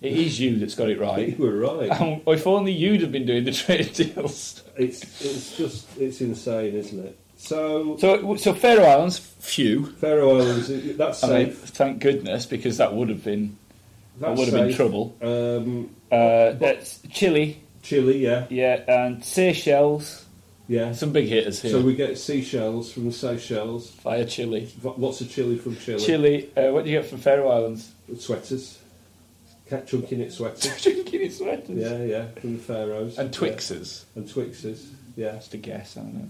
[SPEAKER 2] it is you that's got it right.
[SPEAKER 3] You were right.
[SPEAKER 2] And if only you'd have been doing the trade deals.
[SPEAKER 3] It's it's just it's insane, isn't it? So
[SPEAKER 2] So, so Faroe Islands, few.
[SPEAKER 3] Faroe Islands, that's
[SPEAKER 2] I mean,
[SPEAKER 3] safe.
[SPEAKER 2] thank goodness because that would have been
[SPEAKER 3] That's
[SPEAKER 2] would have been
[SPEAKER 3] safe.
[SPEAKER 2] trouble.
[SPEAKER 3] Um,
[SPEAKER 2] uh, that's Chile,
[SPEAKER 3] Chile, yeah,
[SPEAKER 2] yeah, and Seychelles.
[SPEAKER 3] yeah.
[SPEAKER 2] Some big hitters here.
[SPEAKER 3] So we get seashells from the Seychelles,
[SPEAKER 2] Via Chile.
[SPEAKER 3] v- lots of chili from Chile,
[SPEAKER 2] Chile, uh, what do you get from Faroe Islands?
[SPEAKER 3] sweaters, cat chunking it sweaters.
[SPEAKER 2] Drinking in sweaters.
[SPEAKER 3] yeah, yeah, from the Pharaohs.
[SPEAKER 2] And Twixes.
[SPEAKER 3] Yeah. And Twixes, yeah.
[SPEAKER 2] That's the guess, I don't know.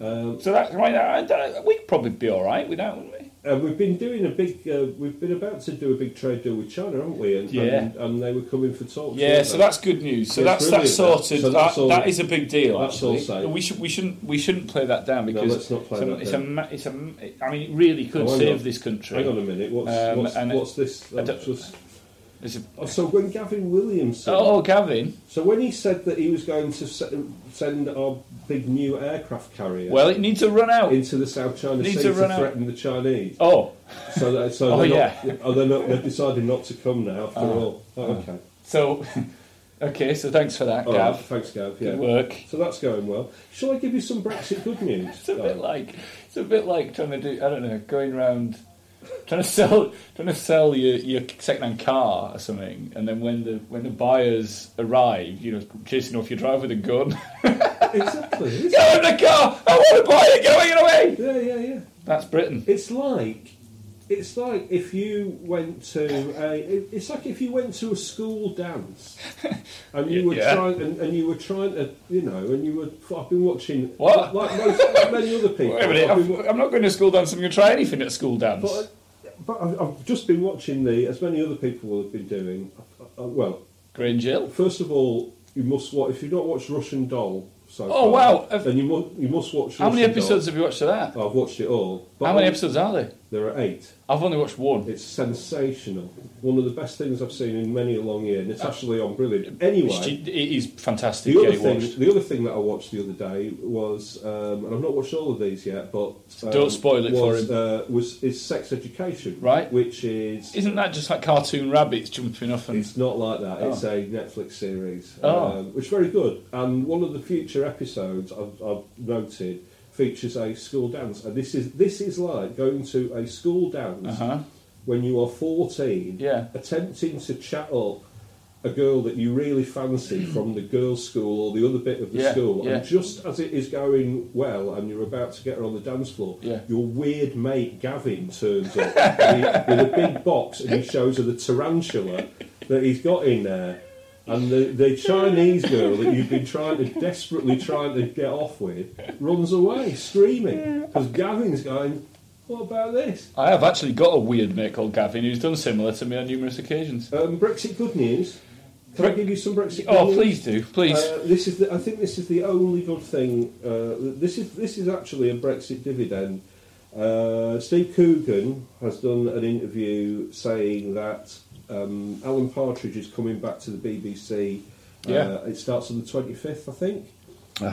[SPEAKER 3] Um,
[SPEAKER 2] So that's right. I don't, we'd probably be all right with that, wouldn't we?
[SPEAKER 3] and we've been doing a big, uh, we've been about to do a big trade deal with China, haven't we? And,
[SPEAKER 2] Yeah.
[SPEAKER 3] And, and they were coming for talks.
[SPEAKER 2] Yeah,
[SPEAKER 3] weren't
[SPEAKER 2] so
[SPEAKER 3] they?
[SPEAKER 2] that's good news. So
[SPEAKER 3] Yeah,
[SPEAKER 2] that's that's
[SPEAKER 3] brilliant, that.
[SPEAKER 2] sorted.
[SPEAKER 3] So
[SPEAKER 2] that,
[SPEAKER 3] that's all-
[SPEAKER 2] that is a big deal.
[SPEAKER 3] that's all
[SPEAKER 2] actually,
[SPEAKER 3] safe.
[SPEAKER 2] we should we shouldn't we shouldn't play that down because
[SPEAKER 3] let's not play
[SPEAKER 2] it's, a,
[SPEAKER 3] that
[SPEAKER 2] it's, a,
[SPEAKER 3] down.
[SPEAKER 2] ma- it's a m- it- I mean, it really could
[SPEAKER 3] Oh, hang
[SPEAKER 2] save
[SPEAKER 3] on.
[SPEAKER 2] this country.
[SPEAKER 3] Hang on a minute. What's,
[SPEAKER 2] Um,
[SPEAKER 3] what's,
[SPEAKER 2] and-
[SPEAKER 3] what's this?
[SPEAKER 2] I don't-
[SPEAKER 3] That's just-
[SPEAKER 2] It's a-
[SPEAKER 3] oh, so when Gavin Williams, said-
[SPEAKER 2] oh, Gavin.
[SPEAKER 3] so when he said that he was going to se- send our big new aircraft carrier
[SPEAKER 2] Well, it needs to run out.
[SPEAKER 3] into the South China
[SPEAKER 2] Needs
[SPEAKER 3] Sea
[SPEAKER 2] to
[SPEAKER 3] to,
[SPEAKER 2] run out.
[SPEAKER 3] threaten the Chinese,
[SPEAKER 2] Oh,
[SPEAKER 3] So, that, so
[SPEAKER 2] Oh,
[SPEAKER 3] they're
[SPEAKER 2] yeah. Hmm.
[SPEAKER 3] not, oh, they're not, they've decided not to come now after all. Oh, okay.
[SPEAKER 2] so okay. So thanks for that,
[SPEAKER 3] All right,
[SPEAKER 2] Gav.
[SPEAKER 3] Thanks, Gav. Yeah.
[SPEAKER 2] Good work.
[SPEAKER 3] So that's going well. Shall I give you some Brexit good news?
[SPEAKER 2] It's a bit like it's a bit like trying to do I don't know going round trying to sell trying to sell your your secondhand car or something, and then when the when the buyers arrive, you know, chasing off your driver with a gun.
[SPEAKER 3] exactly. It's-
[SPEAKER 2] Get out of the car! I want to buy it. Get away! Get away!
[SPEAKER 3] yeah, yeah, yeah.
[SPEAKER 2] That's Britain.
[SPEAKER 3] It's like it's like if you went to a it- it's like if you went to a school dance and you were
[SPEAKER 2] Yeah.
[SPEAKER 3] trying and, and you were trying to you know and you were I've been watching
[SPEAKER 2] What?
[SPEAKER 3] like most, like many other people
[SPEAKER 2] Wait a minute!
[SPEAKER 3] I've been
[SPEAKER 2] I'm,
[SPEAKER 3] wa-
[SPEAKER 2] I'm not going to school dance. I'm going to try anything at school dance.
[SPEAKER 3] But, uh, but I've, I've just been watching the, as many other people will have been doing. Uh, uh, well,
[SPEAKER 2] Grange Hill.
[SPEAKER 3] first of all, you must watch, if you've not watched Russian Doll so
[SPEAKER 2] Oh,
[SPEAKER 3] far,
[SPEAKER 2] wow. I've-
[SPEAKER 3] then you, mu- you must watch
[SPEAKER 2] How many
[SPEAKER 3] Russian
[SPEAKER 2] episodes
[SPEAKER 3] Doll.
[SPEAKER 2] have you watched of that?
[SPEAKER 3] I've watched it all. But
[SPEAKER 2] How many
[SPEAKER 3] I-
[SPEAKER 2] episodes are there?
[SPEAKER 3] There are eight.
[SPEAKER 2] I've only watched one.
[SPEAKER 3] It's sensational. One of the best things I've seen in many a long year. Natasha Leon, brilliant. Anyway,
[SPEAKER 2] It's- it is fantastic.
[SPEAKER 3] the other,
[SPEAKER 2] Get it
[SPEAKER 3] thing,
[SPEAKER 2] watched.
[SPEAKER 3] the other thing that I watched the other day was, um, and I've not watched all of these yet, but um,
[SPEAKER 2] Don't spoil it for
[SPEAKER 3] was,
[SPEAKER 2] him.
[SPEAKER 3] Uh, was is Sex Education,
[SPEAKER 2] Right.
[SPEAKER 3] Which is
[SPEAKER 2] Isn't that just like cartoon rabbits jumping off and
[SPEAKER 3] It's not like that. It's
[SPEAKER 2] Oh.
[SPEAKER 3] a Netflix series,
[SPEAKER 2] Oh.
[SPEAKER 3] um, which is very good. And one of the future episodes I've, I've noted features a school dance, and this is this is like going to a school dance when you are 14
[SPEAKER 2] Uh-huh. Yeah.
[SPEAKER 3] attempting to chat up a girl that you really fancy from the girls' school or the other bit of the
[SPEAKER 2] Yeah,
[SPEAKER 3] school,
[SPEAKER 2] yeah.
[SPEAKER 3] and just as it is going well and you're about to get her on the dance floor,
[SPEAKER 2] Yeah.
[SPEAKER 3] your weird mate Gavin turns up with with a big box and he shows her the tarantula that he's got in there. And the, the Chinese girl that you've been trying to desperately trying to get off with runs away screaming because Gavin's going, What about this?
[SPEAKER 2] I have actually got a weird mate called Gavin who's done similar to me on numerous occasions.
[SPEAKER 3] Um, Brexit good news. Can I give you some Brexit? Good
[SPEAKER 2] Oh,
[SPEAKER 3] news?
[SPEAKER 2] please do, please.
[SPEAKER 3] Uh, this is. The, I think this is the only good thing. Uh, this is. This is actually a Brexit dividend. Uh, Steve Coogan has done an interview saying that um, Alan Partridge is coming back to the BBC.
[SPEAKER 2] Yeah. Uh-huh.
[SPEAKER 3] Uh, it starts on the twenty fifth, I think,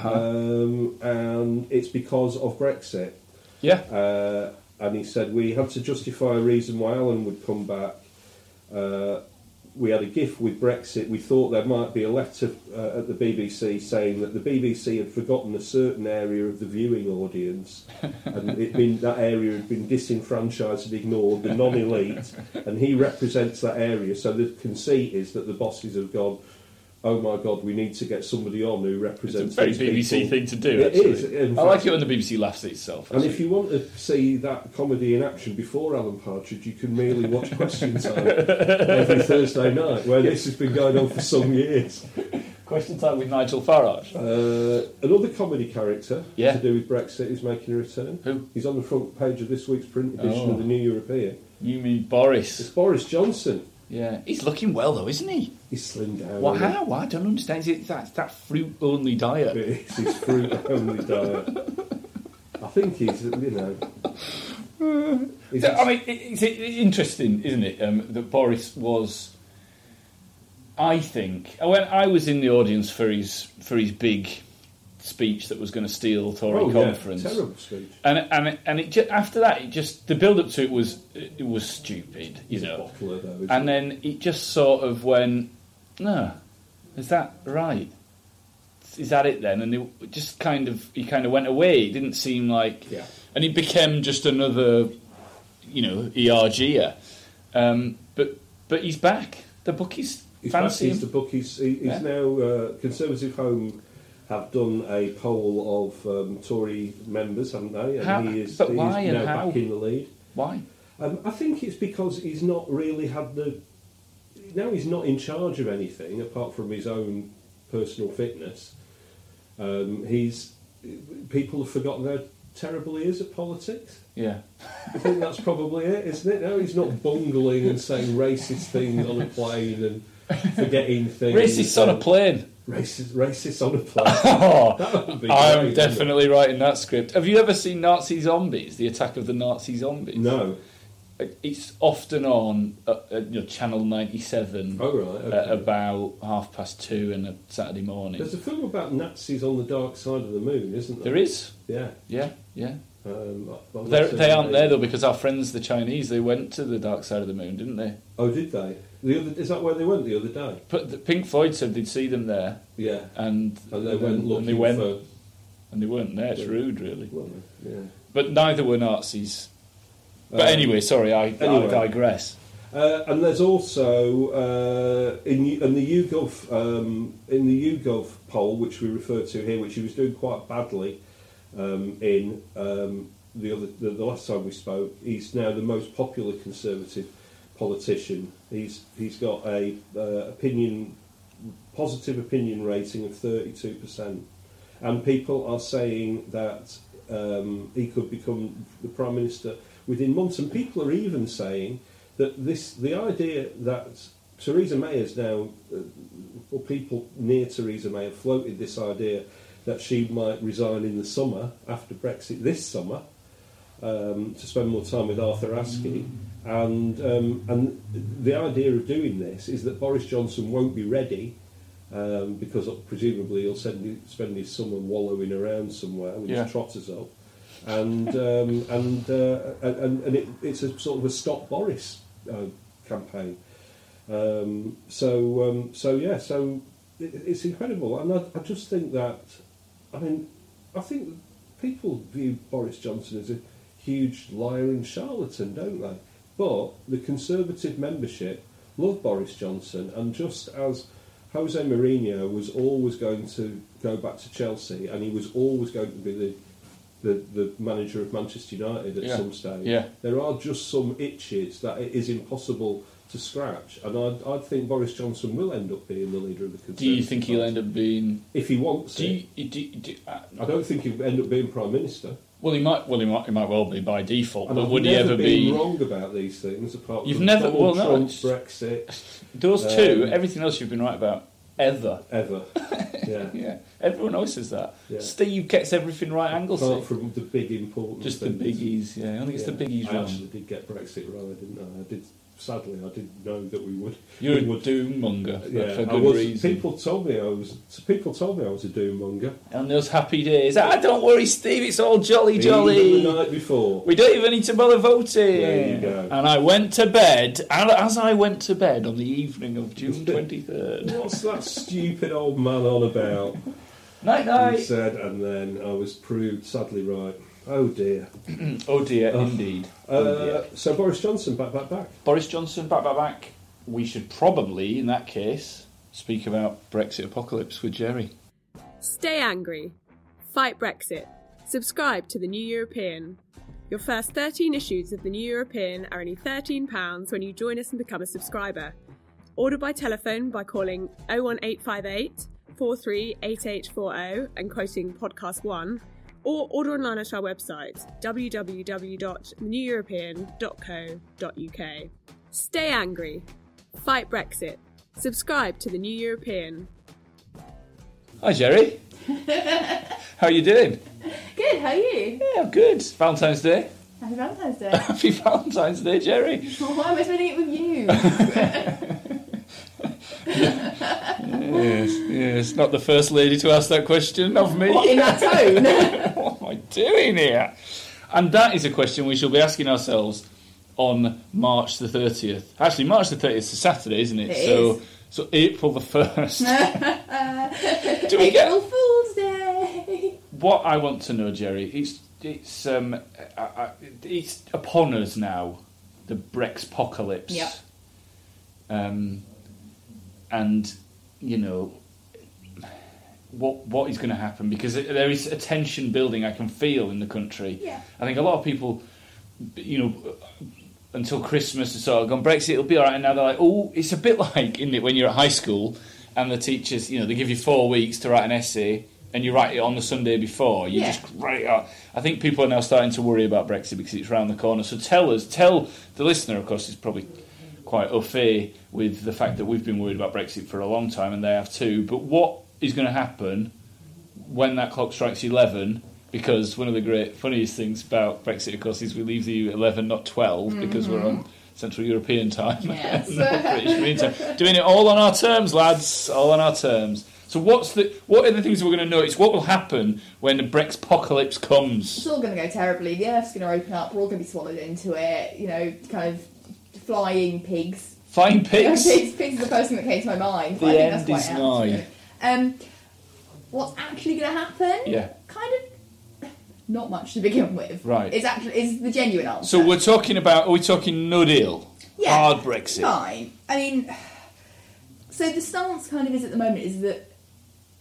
[SPEAKER 3] um, and it's because of Brexit.
[SPEAKER 2] yeah.
[SPEAKER 3] Uh, and he said we had to justify a reason why Alan would come back. Uh, we had a gift with Brexit. We thought there might be a letter uh, at the BBC saying that the BBC had forgotten a certain area of the viewing audience, and it been, that area had been disenfranchised and ignored, the non-elite, and he represents that area. So the conceit is that the bosses have gone. Oh my God! We need to get somebody on who represents.
[SPEAKER 2] It's a very
[SPEAKER 3] these
[SPEAKER 2] BBC
[SPEAKER 3] people."
[SPEAKER 2] thing to do.
[SPEAKER 3] It
[SPEAKER 2] actually.
[SPEAKER 3] is, in
[SPEAKER 2] I like
[SPEAKER 3] fact.
[SPEAKER 2] it when the BBC laughs at itself.
[SPEAKER 3] And
[SPEAKER 2] actually.
[SPEAKER 3] if you want to see that comedy in action before Alan Partridge, you can merely watch Question Time every Thursday night, where this has been going on for some years.
[SPEAKER 2] Question time with Nigel Farage.
[SPEAKER 3] Uh, another comedy character
[SPEAKER 2] Yeah.
[SPEAKER 3] to do with Brexit is making a return.
[SPEAKER 2] Who?
[SPEAKER 3] He's on the front page of this week's print edition
[SPEAKER 2] Oh.
[SPEAKER 3] of the New European.
[SPEAKER 2] you mean
[SPEAKER 3] It's
[SPEAKER 2] Boris?
[SPEAKER 3] Boris Johnson.
[SPEAKER 2] Yeah, he's looking well though, isn't he?
[SPEAKER 3] He's slimmed down.
[SPEAKER 2] Why? How? Why? I don't understand. Is it that that fruit only diet?
[SPEAKER 3] It's his fruit only diet. I think he's, you know. he's-
[SPEAKER 2] I mean, it- it's i- interesting, isn't it? Um, that Boris was. I think when I was in the audience for his for his big speech that was going to steal Tory
[SPEAKER 3] oh, yeah,
[SPEAKER 2] conference,
[SPEAKER 3] terrible speech.
[SPEAKER 2] and and and it just, after that, it just the build up to it was it was stupid, you
[SPEAKER 3] He's a
[SPEAKER 2] know.
[SPEAKER 3] bottler, though, isn't
[SPEAKER 2] And then it just sort of went, no, is that right? Is that it then? And it just kind of he kind of went away. It didn't seem like,
[SPEAKER 3] Yeah.
[SPEAKER 2] and it became just another, you know, E ERGer. -er. Um, but but he's back. The bookies
[SPEAKER 3] He's
[SPEAKER 2] fancy
[SPEAKER 3] back- he's
[SPEAKER 2] him.
[SPEAKER 3] the book. He's, he, he's
[SPEAKER 2] Yeah.
[SPEAKER 3] now uh, Conservative Home have done a poll of um, Tory members, haven't they? And
[SPEAKER 2] How-
[SPEAKER 3] he is,
[SPEAKER 2] but
[SPEAKER 3] he is
[SPEAKER 2] why and
[SPEAKER 3] now
[SPEAKER 2] how?
[SPEAKER 3] back in the lead.
[SPEAKER 2] Why?
[SPEAKER 3] Um, I think it's because he's not really had the. Now he's not in charge of anything apart from his own personal fitness. Um, he's people have forgotten how terrible he is at politics.
[SPEAKER 2] Yeah.
[SPEAKER 3] I think that's probably it, isn't it? No, he's not bungling and saying racist things on a plane and forgetting things.
[SPEAKER 2] Racists on a plane.
[SPEAKER 3] Racist, racist on a plane.
[SPEAKER 2] Oh,
[SPEAKER 3] would be great,
[SPEAKER 2] I'm
[SPEAKER 3] wouldn't
[SPEAKER 2] definitely writing that script. Have you ever seen Nazi Zombies? The Attack of the Nazi Zombies?
[SPEAKER 3] it? No.
[SPEAKER 2] It's often on uh, uh, you know, Channel 97
[SPEAKER 3] Oh, right, okay.
[SPEAKER 2] at about half past two on a Saturday morning.
[SPEAKER 3] There's a film about Nazis on the dark side of the moon, isn't there?
[SPEAKER 2] There is,
[SPEAKER 3] Yeah.
[SPEAKER 2] yeah, yeah.
[SPEAKER 3] Um, I- I'm not
[SPEAKER 2] They're,
[SPEAKER 3] certain
[SPEAKER 2] they aren't there though because our friends, the Chinese, they went to the dark side of the moon, didn't they?
[SPEAKER 3] Oh, did they? The other, is that where they went the other day?
[SPEAKER 2] But the- Pink Floyd said they'd see them there,
[SPEAKER 3] Yeah.
[SPEAKER 2] and,
[SPEAKER 3] And they went
[SPEAKER 2] and
[SPEAKER 3] looking
[SPEAKER 2] they went,
[SPEAKER 3] for.
[SPEAKER 2] and they weren't there. It's rude, really.
[SPEAKER 3] Well, yeah.
[SPEAKER 2] But neither were Nazis. But
[SPEAKER 3] Um,
[SPEAKER 2] anyway, sorry, I, I
[SPEAKER 3] anyway.
[SPEAKER 2] digress.
[SPEAKER 3] Uh, and there's also uh, in, in the YouGov um, in the YouGov poll, which we refer to here, which he was doing quite badly um, in um, the other the, the last time we spoke. He's now the most popular Conservative politician. He's he's got a uh, opinion positive opinion rating of thirty two percent, and people are saying that um, he could become the prime minister within months. And people are even saying that this the idea that Theresa May is now, uh, or people near Theresa May have floated this idea that she might resign in the summer after Brexit this summer um, to spend more time with Arthur Askey. And um, and the idea of doing this is that Boris Johnson won't be ready um, because presumably he'll send, spend his summer wallowing around somewhere with
[SPEAKER 2] Yeah.
[SPEAKER 3] his trotters up, and um, and, uh, and and it, it's a sort of a stop Boris uh, campaign. Um, so um, so yeah, so it, it's incredible, and I, I just think that I mean I think people view Boris Johnson as a huge liar and charlatan, don't they? But the Conservative membership love Boris Johnson, and just as Jose Mourinho was always going to go back to Chelsea, and he was always going to be the the, the manager of Manchester United at
[SPEAKER 2] Yeah.
[SPEAKER 3] some stage.
[SPEAKER 2] Yeah.
[SPEAKER 3] There are just some itches that it is impossible to scratch, and I I think Boris Johnson will end up being the leader of the Conservative.
[SPEAKER 2] Do you think he'll
[SPEAKER 3] Party.
[SPEAKER 2] end up being?
[SPEAKER 3] if he wants
[SPEAKER 2] Do
[SPEAKER 3] it?
[SPEAKER 2] you, do, you- do, uh,
[SPEAKER 3] I don't think he'll end up being prime minister.
[SPEAKER 2] well, he might. Well, he might. He might well be by default.
[SPEAKER 3] And
[SPEAKER 2] But
[SPEAKER 3] I've
[SPEAKER 2] would he
[SPEAKER 3] never
[SPEAKER 2] ever
[SPEAKER 3] been
[SPEAKER 2] be?
[SPEAKER 3] wrong about these things? Apart
[SPEAKER 2] You've
[SPEAKER 3] from
[SPEAKER 2] never- well,
[SPEAKER 3] Donald
[SPEAKER 2] no,
[SPEAKER 3] Trump,
[SPEAKER 2] it's-
[SPEAKER 3] Brexit,
[SPEAKER 2] Those two.
[SPEAKER 3] Um,
[SPEAKER 2] Everything else you've been right about. Ever.
[SPEAKER 3] ever. Yeah.
[SPEAKER 2] Yeah. Everyone else is that.
[SPEAKER 3] Yeah.
[SPEAKER 2] Steve gets everything right. Anglesey.
[SPEAKER 3] Apart from the big important
[SPEAKER 2] Just the
[SPEAKER 3] things.
[SPEAKER 2] biggies, yeah. I think it's the
[SPEAKER 3] Yeah.
[SPEAKER 2] biggies
[SPEAKER 3] I
[SPEAKER 2] round.
[SPEAKER 3] actually did get Brexit wrong, I didn't I? I did. Sadly, I didn't know that we would.
[SPEAKER 2] You're a
[SPEAKER 3] we would
[SPEAKER 2] doom monger for,
[SPEAKER 3] yeah,
[SPEAKER 2] for
[SPEAKER 3] I
[SPEAKER 2] good
[SPEAKER 3] was,
[SPEAKER 2] reason.
[SPEAKER 3] People told me I was. People told me I was a doom monger.
[SPEAKER 2] And those happy days. Ah, don't worry, Steve. It's all jolly, jolly.
[SPEAKER 3] Even the night before.
[SPEAKER 2] We don't even need to bother voting.
[SPEAKER 3] There you go.
[SPEAKER 2] And I went to bed. And as I went to bed on the evening of June twenty third,
[SPEAKER 3] What's that stupid old man on about?
[SPEAKER 2] night
[SPEAKER 3] He
[SPEAKER 2] night.
[SPEAKER 3] said, and then I was proved sadly right. Oh dear.
[SPEAKER 2] Oh dear, indeed. Oh
[SPEAKER 3] Uh,
[SPEAKER 2] dear.
[SPEAKER 3] so Boris Johnson, back, back, back.
[SPEAKER 2] Boris Johnson, back, back, back. We should probably, in that case, speak about Brexit apocalypse with Jerry.
[SPEAKER 4] Stay angry. Fight Brexit. Subscribe to The New European. Your first 13 issues of The New European are only £13 when you join us and become a subscriber. Order by telephone by calling 01858 438840 and quoting podcast 1, or order online at our website www.theneweuropean.co.uk. Stay angry. Fight Brexit. Subscribe to The New European.
[SPEAKER 2] Hi, Jerry. How are you doing?
[SPEAKER 5] Good, how are you?
[SPEAKER 2] Yeah, I'm good. Valentine's Day.
[SPEAKER 5] Happy Valentine's Day.
[SPEAKER 2] Happy Valentine's Day, Jerry.
[SPEAKER 5] Well, why am I spending it with you?
[SPEAKER 2] Yes, yes. Not the first lady to ask that question of me.
[SPEAKER 5] In that tone.
[SPEAKER 2] what am I doing here? And that is a question we shall be asking ourselves on March the 30th. Actually, March the 30th is a Saturday, isn't it?
[SPEAKER 5] It
[SPEAKER 2] so,
[SPEAKER 5] is.
[SPEAKER 2] so April the 1st. Do we get
[SPEAKER 5] April Fool's Day.
[SPEAKER 2] what I want to know, Jerry? It's it's um I, I, it's upon us now, the Brexpocalypse.
[SPEAKER 5] Yep.
[SPEAKER 2] Um, and you know what what is going to happen because there is a tension building I can feel in the country.
[SPEAKER 5] Yeah.
[SPEAKER 2] I think a lot of people, you know, until Christmas and so on, gone Brexit, it'll be all right. And now they're like, oh, it's a bit like, isn't it, when you're at high school and the teachers, you know, they give you four weeks to write an essay and you write it on the Sunday before. You
[SPEAKER 5] Yeah.
[SPEAKER 2] just write it out. I think people are now starting to worry about Brexit because it's round the corner. So tell us, tell the listener, of course, is probably quite au fait with the fact that we've been worried about Brexit for a long time and they have too. But what is going to happen when that clock strikes 11 because one of the great funniest things about brexit of course is we leave the eu at 11 not 12 because we're on central european time
[SPEAKER 5] Mm-hmm. Yes.
[SPEAKER 2] not british meantime doing it all on our terms lads all on our terms so what's the what are the things we're going to notice what will happen when the brexpocalypse comes
[SPEAKER 5] It's all going to go terribly. The Earth's going to open up. We're all going to be swallowed into it. You know, kind of flying pigs.
[SPEAKER 2] flying pigs
[SPEAKER 5] pigs, pigs is the first thing that came to my mind.
[SPEAKER 2] The
[SPEAKER 5] but I think
[SPEAKER 2] end
[SPEAKER 5] that's
[SPEAKER 2] is
[SPEAKER 5] quite apt,
[SPEAKER 2] nigh.
[SPEAKER 5] really. Um, what's actually going to happen?
[SPEAKER 2] Yeah.
[SPEAKER 5] Kind of. Not much to begin with.
[SPEAKER 2] Right.
[SPEAKER 5] Is actually is the genuine answer.
[SPEAKER 2] so we're talking about are we talking no deal
[SPEAKER 5] Yeah. Oh.
[SPEAKER 2] hard brexit
[SPEAKER 5] Fine. I mean, so the stance kind of is at the moment is that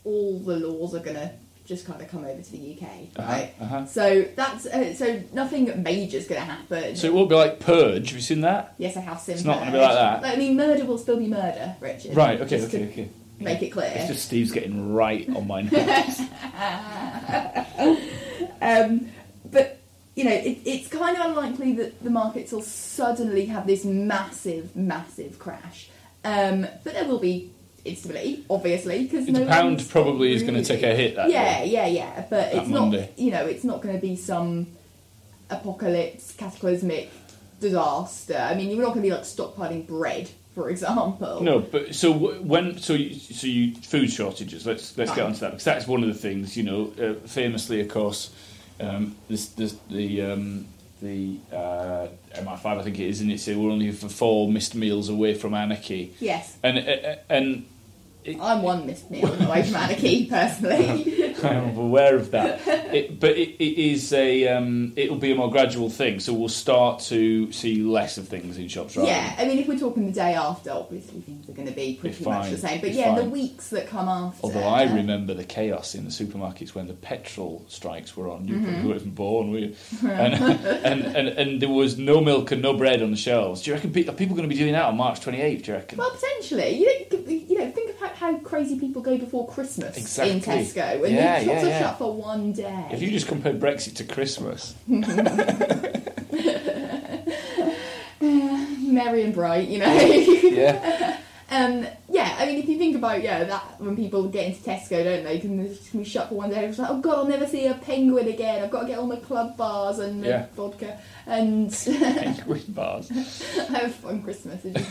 [SPEAKER 5] all the laws are going to just kind of come over to the UK, right?
[SPEAKER 2] uh-huh.
[SPEAKER 5] So that's uh, so nothing major is going to happen.
[SPEAKER 2] so it won't be like purge have you seen that
[SPEAKER 5] yes, I have seen.
[SPEAKER 2] It's not gonna be like that.
[SPEAKER 5] I mean, murder will still be murder, Richard.
[SPEAKER 2] right okay
[SPEAKER 5] Just
[SPEAKER 2] okay
[SPEAKER 5] to
[SPEAKER 2] okay
[SPEAKER 5] Make it clear.
[SPEAKER 2] it's just steve's getting right on my nerves
[SPEAKER 5] Um, but you know, it, it's kind of unlikely that the markets will suddenly have this massive, massive crash. Um, but there will be instability, obviously, because
[SPEAKER 2] The pound probably is gonna take a hit that
[SPEAKER 5] yeah, yeah, yeah. But it's
[SPEAKER 2] Monday.
[SPEAKER 5] not. You know, it's not going to be some apocalypse, cataclysmic disaster. I mean, you're not going to be like stockpiling bread, for example.
[SPEAKER 2] No, but so wh- when so you, so you food shortages. Let's let's get
[SPEAKER 5] Right.
[SPEAKER 2] onto that because that's one of the things you know. Uh, famously, of course, um, this, this the um, the uh, MI5 I think it is, and it said we're only for four missed meals away from anarchy.
[SPEAKER 5] Yes.
[SPEAKER 2] and uh, uh, and it-
[SPEAKER 5] I'm one Miss Neil on the way from anarchy, personally.
[SPEAKER 2] I'm aware of that. It, but it, it is a um, it'll be a more gradual thing, so we'll start to see less of things in shops. Right?
[SPEAKER 5] yeah, I mean, if we're talking the day after, obviously things are going to be pretty
[SPEAKER 2] Um, It's
[SPEAKER 5] much the
[SPEAKER 2] fine,
[SPEAKER 5] same. But
[SPEAKER 2] it's
[SPEAKER 5] yeah, the
[SPEAKER 2] fine.
[SPEAKER 5] weeks that come after.
[SPEAKER 2] Although I remember the chaos in the supermarkets when the petrol strikes were on. You
[SPEAKER 5] Mm-hmm.
[SPEAKER 2] probably weren't born, were you? And, and, and, and there was no milk and no bread on the shelves. Do you reckon pe- are people going to be doing that on March 28th? Do you reckon?
[SPEAKER 5] Well, potentially. You don't, you know, think about how crazy people go before Christmas
[SPEAKER 2] Exactly.
[SPEAKER 5] in Tesco, and
[SPEAKER 2] Yeah,
[SPEAKER 5] the shops
[SPEAKER 2] yeah,
[SPEAKER 5] are
[SPEAKER 2] yeah.
[SPEAKER 5] shut for one day.
[SPEAKER 2] if you just compare Brexit to Christmas,
[SPEAKER 5] Merry and bright, you know.
[SPEAKER 2] yeah,
[SPEAKER 5] um, yeah, I mean, if you think about yeah that when people get into Tesco, don't they? Can they just can be shut for one day? It's like, oh god, I'll never see a penguin again. I've got to get all my club bars and my
[SPEAKER 2] Yeah.
[SPEAKER 5] vodka and
[SPEAKER 2] penguin bars.
[SPEAKER 5] have fun Christmas. It's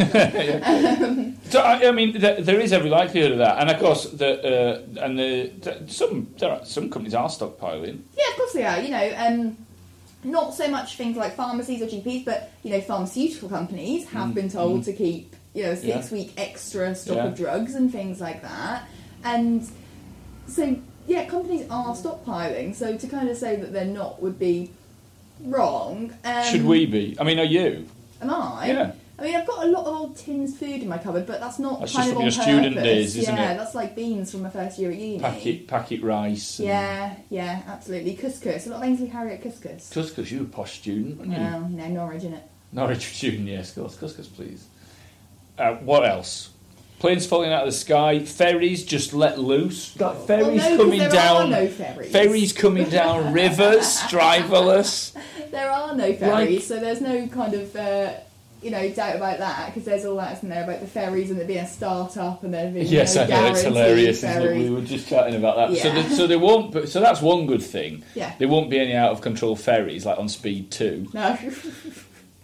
[SPEAKER 5] just
[SPEAKER 2] So I, I mean, there, there is every likelihood of that, and of course, the uh, and the, the some there are some companies are stockpiling.
[SPEAKER 5] Yeah, of course they are. You know, um, not so much things like pharmacies or GPs, but you know, pharmaceutical companies have been told to keep you know a
[SPEAKER 2] Mm, Yeah.
[SPEAKER 5] six-week extra stock
[SPEAKER 2] Yeah.
[SPEAKER 5] of drugs and things like that, and so yeah, companies are stockpiling. So to kind of say that they're not would be wrong. Um,
[SPEAKER 2] Should we be? I mean, are you?
[SPEAKER 5] Am I?
[SPEAKER 2] Yeah.
[SPEAKER 5] I mean, I've got a lot of old tins food in my cupboard, but that's not
[SPEAKER 2] That's
[SPEAKER 5] kind
[SPEAKER 2] just
[SPEAKER 5] of
[SPEAKER 2] from
[SPEAKER 5] on
[SPEAKER 2] your student
[SPEAKER 5] purpose.
[SPEAKER 2] days, isn't
[SPEAKER 5] yeah,
[SPEAKER 2] it?
[SPEAKER 5] that's like beans from my first year at uni.
[SPEAKER 2] Packet packet rice. and-
[SPEAKER 5] Yeah, yeah, absolutely. Couscous. A lot of Ainsley Harriet couscous.
[SPEAKER 2] Cuscus, you were a posh student, weren't you?
[SPEAKER 5] No, Um, no, Norwich, innit?
[SPEAKER 2] Norwich student, yes, Cuscus, Cuscus, please. Uh, what else? Planes falling out of the sky, ferries just let loose. Got ferries
[SPEAKER 5] Well, no, 'cause
[SPEAKER 2] coming
[SPEAKER 5] there
[SPEAKER 2] down.
[SPEAKER 5] are no ferries.
[SPEAKER 2] coming down rivers, driverless.
[SPEAKER 5] There are no ferries, so there's no kind of, uh, you know, doubt about that, because there's all that in there about the ferries and there being a start-up and there being
[SPEAKER 2] Yes,
[SPEAKER 5] no
[SPEAKER 2] I know it's
[SPEAKER 5] guaranteed
[SPEAKER 2] hilarious, isn't it?
[SPEAKER 5] ferry.
[SPEAKER 2] We were just chatting about that. So,
[SPEAKER 5] Yeah.
[SPEAKER 2] there, so there won't. But, so that's one good thing.
[SPEAKER 5] Yeah.
[SPEAKER 2] There won't be any out of control ferries like on Speed Two.
[SPEAKER 5] No.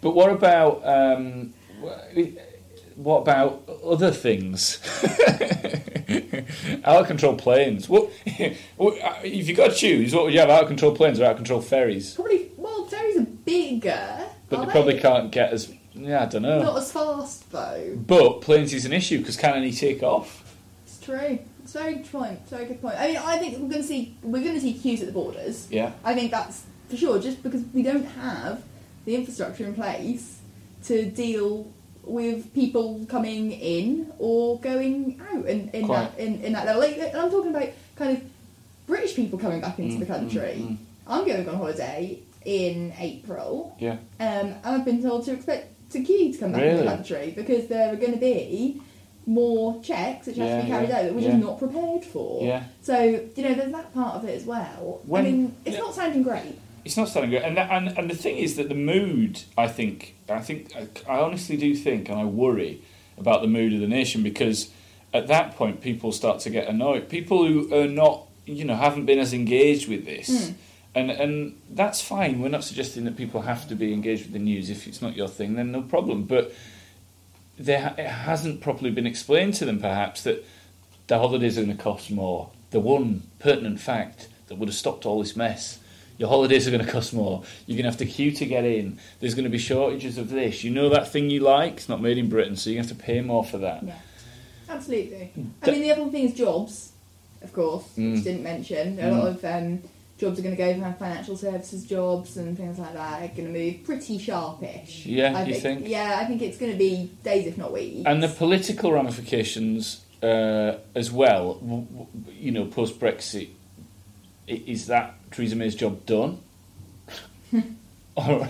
[SPEAKER 2] But what about um, wh- what about other things? out of control planes. What what- if you got to choose? What would you have? Out of control planes or out of control ferries?
[SPEAKER 5] probably, well, ferries are bigger,
[SPEAKER 2] But
[SPEAKER 5] are
[SPEAKER 2] they probably
[SPEAKER 5] they?
[SPEAKER 2] can't get as yeah. I don't know.
[SPEAKER 5] Not as fast, though.
[SPEAKER 2] but planes is an issue because can any take off?
[SPEAKER 5] It's true. It's a very good point. It's a very good point. I mean, I think we're going to see we're going to see queues at the borders.
[SPEAKER 2] Yeah.
[SPEAKER 5] I think that's for sure. Just because we don't have the infrastructure in place to deal with people coming in or going out in, in
[SPEAKER 2] Quite.
[SPEAKER 5] that in, in that level. Like, and I'm talking about kind of British people coming back
[SPEAKER 2] Mm,
[SPEAKER 5] into the country. I'm going on holiday in April.
[SPEAKER 2] Yeah.
[SPEAKER 5] Um, and I've been told to expect to queue to come back into the
[SPEAKER 2] Really?
[SPEAKER 5] country because there are going to be more checks which have to be
[SPEAKER 2] Yeah,
[SPEAKER 5] carried
[SPEAKER 2] yeah,
[SPEAKER 5] out that we're
[SPEAKER 2] yeah.
[SPEAKER 5] just not prepared for.
[SPEAKER 2] Yeah.
[SPEAKER 5] So you know, there's that part of it as well.
[SPEAKER 2] When-
[SPEAKER 5] I mean, it's
[SPEAKER 2] yeah.
[SPEAKER 5] not sounding great.
[SPEAKER 2] It's not sounding good, and, that, and and the thing is that the mood. I think. I think. I, I honestly do think, and I worry about the mood of the nation because at that point people start to get annoyed. People who are not, you know, haven't been as engaged with this, and and that's fine. We're not suggesting that people have to be engaged with the news. If it's not your thing, then no problem. But there, ha- it hasn't properly been explained to them, perhaps, that the holidays are going to cost more. The one pertinent fact that would have stopped all this mess. Your holidays are going to cost more. You're going to have to queue to get in. There's going to be shortages of this. You know that thing you like? It's not made in Britain, so you have to pay more for that.
[SPEAKER 5] Yeah. Absolutely.
[SPEAKER 2] Hmm.
[SPEAKER 5] I mean, the other thing is jobs, of course, which didn't mention.
[SPEAKER 2] Hmm.
[SPEAKER 5] A lot of um, jobs are going to go from financial services jobs and things like that. Are going to move pretty sharpish.
[SPEAKER 2] Yeah,
[SPEAKER 5] I
[SPEAKER 2] you think?
[SPEAKER 5] Yeah, I think it's going to be days, if not weeks.
[SPEAKER 2] And the political ramifications uh, as well, w- w- you know, post Brexit, is that Theresa May's job done? or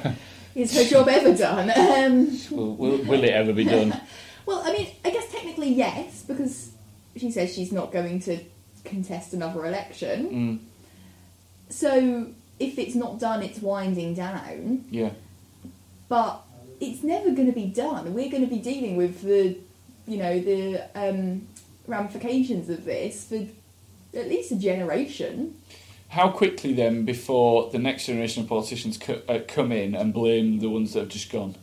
[SPEAKER 5] is her job ever done? Um,
[SPEAKER 2] will, will, will it ever be done?
[SPEAKER 5] Well, I mean, I guess technically yes, because she says she's not going to contest another
[SPEAKER 2] Mm.
[SPEAKER 5] election. So if it's not done, it's winding down.
[SPEAKER 2] Yeah.
[SPEAKER 5] But it's never going to be done. We're going to be dealing with the, you know, the um, ramifications of this for at least a generation.
[SPEAKER 2] How quickly then before the next generation of politicians co- uh, come in and blame the ones that have just gone?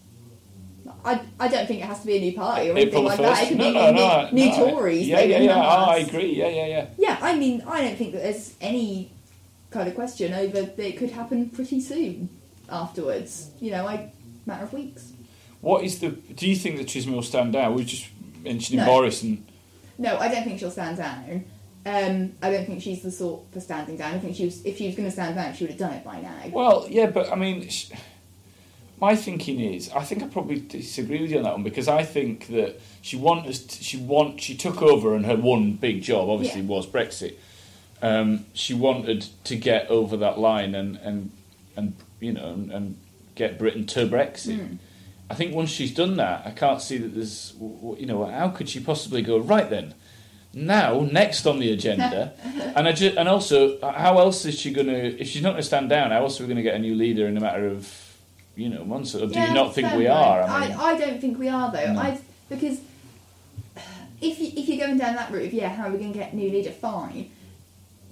[SPEAKER 5] I, I don't think it has to be a new party or anything
[SPEAKER 2] April
[SPEAKER 5] like
[SPEAKER 2] the
[SPEAKER 5] that. It
[SPEAKER 2] first?
[SPEAKER 5] could
[SPEAKER 2] No,
[SPEAKER 5] be
[SPEAKER 2] no,
[SPEAKER 5] new,
[SPEAKER 2] no,
[SPEAKER 5] new
[SPEAKER 2] no.
[SPEAKER 5] Tories.
[SPEAKER 2] Yeah,
[SPEAKER 5] they
[SPEAKER 2] yeah,
[SPEAKER 5] would
[SPEAKER 2] yeah.
[SPEAKER 5] come
[SPEAKER 2] Oh, I
[SPEAKER 5] us.
[SPEAKER 2] agree. Yeah, yeah, yeah.
[SPEAKER 5] Yeah, I mean, I don't think that there's any kind of question over that it could happen pretty soon afterwards. You know, I matter of weeks.
[SPEAKER 2] What is the? Do you think that Chisholm will stand out? We were just mentioning
[SPEAKER 5] No.
[SPEAKER 2] Boris and
[SPEAKER 5] No, I don't think she'll stand down. Um, I don't think she's the sort for standing down. I think she was, if she was going to stand down, she would have done it by now.
[SPEAKER 2] Well, yeah, but I mean, sh- my thinking is, I think I probably disagree with you on that one because I think that she want us t- she want she took over and her one big job obviously
[SPEAKER 5] Yeah.
[SPEAKER 2] was Brexit. Um, she wanted to get over that line and and and you know and, and get Britain to Brexit.
[SPEAKER 5] Hmm.
[SPEAKER 2] I think once she's done that, I can't see that there's w- w- you know how could she possibly go right then. Now, next on the agenda, and I ju- and also, uh, how else is she going to? If she's not going to stand down, how else are we going to get a new leader in a matter of, you know, months? Or do you not think
[SPEAKER 5] fair
[SPEAKER 2] we
[SPEAKER 5] point.
[SPEAKER 2] are? I mean,
[SPEAKER 5] I, don't think we are though. I because if you, if you're going down that route, of, yeah, how are we going to get new leader? Fine,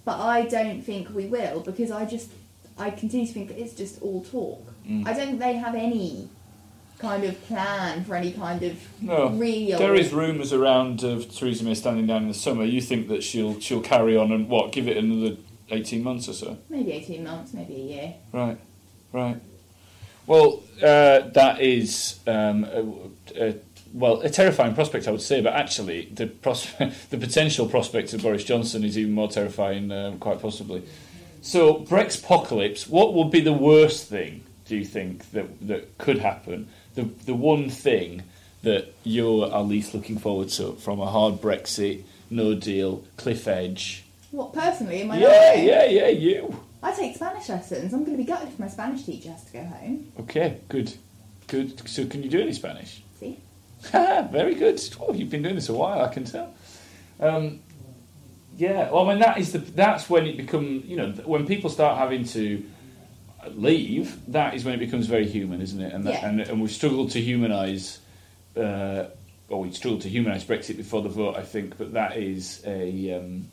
[SPEAKER 5] but I don't think we will because I just I continue to think that it's just all talk.
[SPEAKER 2] Mm.
[SPEAKER 5] I don't think they have any kind of plan for any kind of
[SPEAKER 2] no.
[SPEAKER 5] real.
[SPEAKER 2] There is rumours around of Theresa May standing down in the summer. You think that she'll she'll carry on and what? Give it another eighteen months or so,
[SPEAKER 5] maybe eighteen months, maybe a year.
[SPEAKER 2] right? Right. Well, uh, that is um, a, a, well a terrifying prospect, I would say. But actually, the pros- the potential prospect of Boris Johnson is even more terrifying, um, quite possibly. So, Brexpocalypse. What would be the worst thing? Do you think that that could happen? The the one thing that you're at least looking forward to from a hard Brexit, no deal, cliff edge.
[SPEAKER 5] What personally in my
[SPEAKER 2] Yeah,
[SPEAKER 5] life?
[SPEAKER 2] yeah, yeah. You.
[SPEAKER 5] I take Spanish lessons. I'm going to be gutted if my Spanish teacher has to go home.
[SPEAKER 2] Okay, good, good. So, can you do any Spanish?
[SPEAKER 5] See,
[SPEAKER 2] Ah, Very good. Oh, you've been doing this a while, I can tell. Um, yeah, well, I mean that is the that's when it becomes you know th- when people start having to leave, that is when it becomes very human, isn't it? And that,
[SPEAKER 5] Yeah.
[SPEAKER 2] and and we've struggled to humanise, uh, or we struggled to humanise Brexit before the vote, I think. But that is a, um,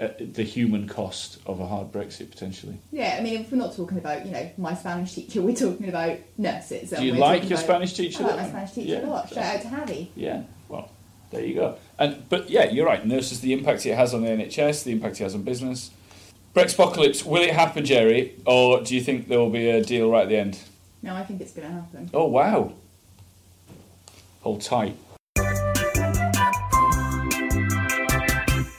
[SPEAKER 2] a the human cost of a hard Brexit potentially.
[SPEAKER 5] Yeah, I mean, if we're not talking about, you know, my Spanish teacher, we're talking about nurses. and
[SPEAKER 2] Do you
[SPEAKER 5] we're
[SPEAKER 2] like
[SPEAKER 5] talking
[SPEAKER 2] your
[SPEAKER 5] about-
[SPEAKER 2] Spanish teacher,
[SPEAKER 5] I like
[SPEAKER 2] though?
[SPEAKER 5] my Spanish teacher
[SPEAKER 2] Yeah.
[SPEAKER 5] a lot. Shout out to Harry.
[SPEAKER 2] Yeah, well, there you go. And but yeah, you're right. Nurses, the impact it has on the NHS, the impact it has on business. Brexpocalypse, will it happen, Jerry, or do you think there will be a deal right at the end?
[SPEAKER 5] No, I think it's going to happen.
[SPEAKER 2] Oh wow! Hold tight.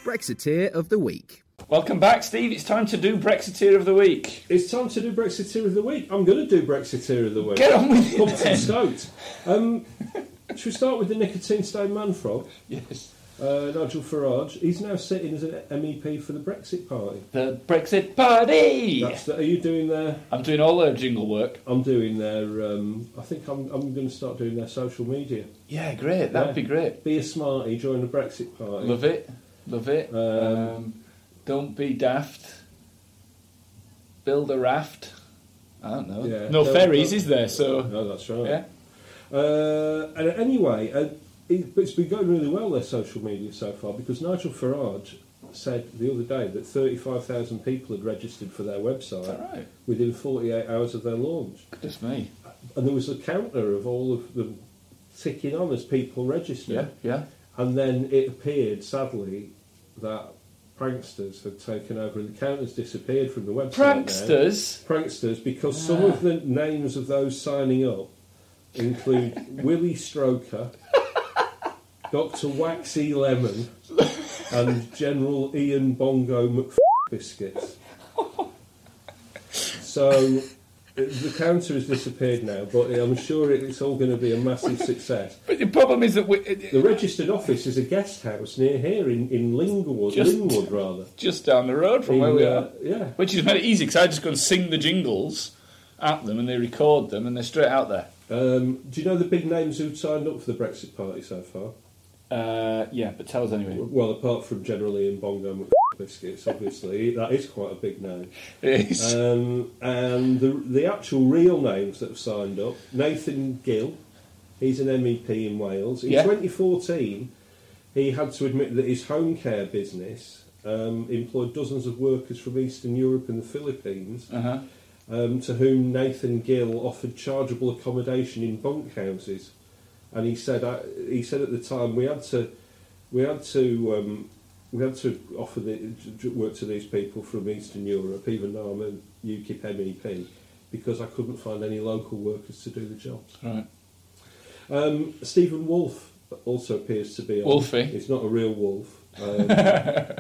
[SPEAKER 6] Brexiteer of the Week.
[SPEAKER 2] Welcome back, Steve. It's time to do Brexiteer of the week.
[SPEAKER 3] It's time to do Brexiteer of the Week. I'm going to do Brexiteer of the Week.
[SPEAKER 2] Get on with it
[SPEAKER 3] Pumped
[SPEAKER 2] then.
[SPEAKER 3] and stoked. Um, should we start with the nicotine stone man frog,
[SPEAKER 2] Yes.
[SPEAKER 3] uh, Nigel Farage? He's now sitting as an MEP for the Brexit Party.
[SPEAKER 2] The Brexit Party.
[SPEAKER 3] That's the, are you doing their?
[SPEAKER 2] I'm doing all their jingle work.
[SPEAKER 3] I'm doing their. Um, I think I'm, I'm going to start doing their social media.
[SPEAKER 2] Yeah, great. That'd
[SPEAKER 3] Yeah.
[SPEAKER 2] be great.
[SPEAKER 3] Be a smarty, join the Brexit Party.
[SPEAKER 2] Love it. Love it.
[SPEAKER 3] Um,
[SPEAKER 2] um, don't be daft. Build a raft. I don't know.
[SPEAKER 3] Yeah.
[SPEAKER 2] no
[SPEAKER 3] Don't-
[SPEAKER 2] ferries,
[SPEAKER 3] don't-
[SPEAKER 2] is there? So
[SPEAKER 3] No, Oh, that's right.
[SPEAKER 2] yeah.
[SPEAKER 3] Uh, and anyway, uh, it, it's been going really well their social media so far because Nigel Farage said the other day that 35,000 people had registered for their
[SPEAKER 2] All
[SPEAKER 3] website
[SPEAKER 2] right.
[SPEAKER 3] within 48 hours of their launch,
[SPEAKER 2] Goodness me.
[SPEAKER 3] and there was a counter of all of them ticking on as people registered.
[SPEAKER 2] Yeah, yeah.
[SPEAKER 3] And then it appeared, sadly, that pranksters had taken over and the counters disappeared from the website. now
[SPEAKER 2] Pranksters.
[SPEAKER 3] pranksters because some of the names of those signing up include Willie Stroker, Dr. Waxy Lemon, and General Ian Bongo McF Biscuits. So the counter has disappeared now, but I'm sure it- it's all going to be a massive success.
[SPEAKER 2] But the problem is that we, it,
[SPEAKER 3] The registered office is a guest house near here in, in Lingwood,
[SPEAKER 2] Just-
[SPEAKER 3] Lingwood rather.
[SPEAKER 2] just down the road from where
[SPEAKER 3] In,
[SPEAKER 2] we
[SPEAKER 3] uh,
[SPEAKER 2] are,
[SPEAKER 3] yeah.
[SPEAKER 2] which is made it easy because I just go and sing the jingles at them, and they record them, and they're straight out there.
[SPEAKER 3] Um, do you know the big names who've signed up for the Brexit Party so far?
[SPEAKER 2] Uh, yeah, but tell us anyway.
[SPEAKER 3] Well, apart from generally in Bongo and Biscuits, obviously, that is quite a big name.
[SPEAKER 2] It is.
[SPEAKER 3] Um, and the, the actual real names that have signed up Nathan Gill, he's an MEP in Wales. In
[SPEAKER 2] Yeah.
[SPEAKER 3] 2014, he had to admit that his home care business um, employed dozens of workers from Eastern Europe and the Philippines.
[SPEAKER 2] uh-huh.
[SPEAKER 3] um, to whom Nathan Gill offered chargeable accommodation in bunk houses, and he said I, he said at the time we had to we had to um, we had to offer the j- j- work to these people from Eastern Europe, even though I'm a UKIP MEP, E because I couldn't find any local workers to do the job.
[SPEAKER 2] Right.
[SPEAKER 3] Um, Stephen Wolfe also appears to be on.
[SPEAKER 2] Wolfie.
[SPEAKER 3] It's not a real wolf. Um,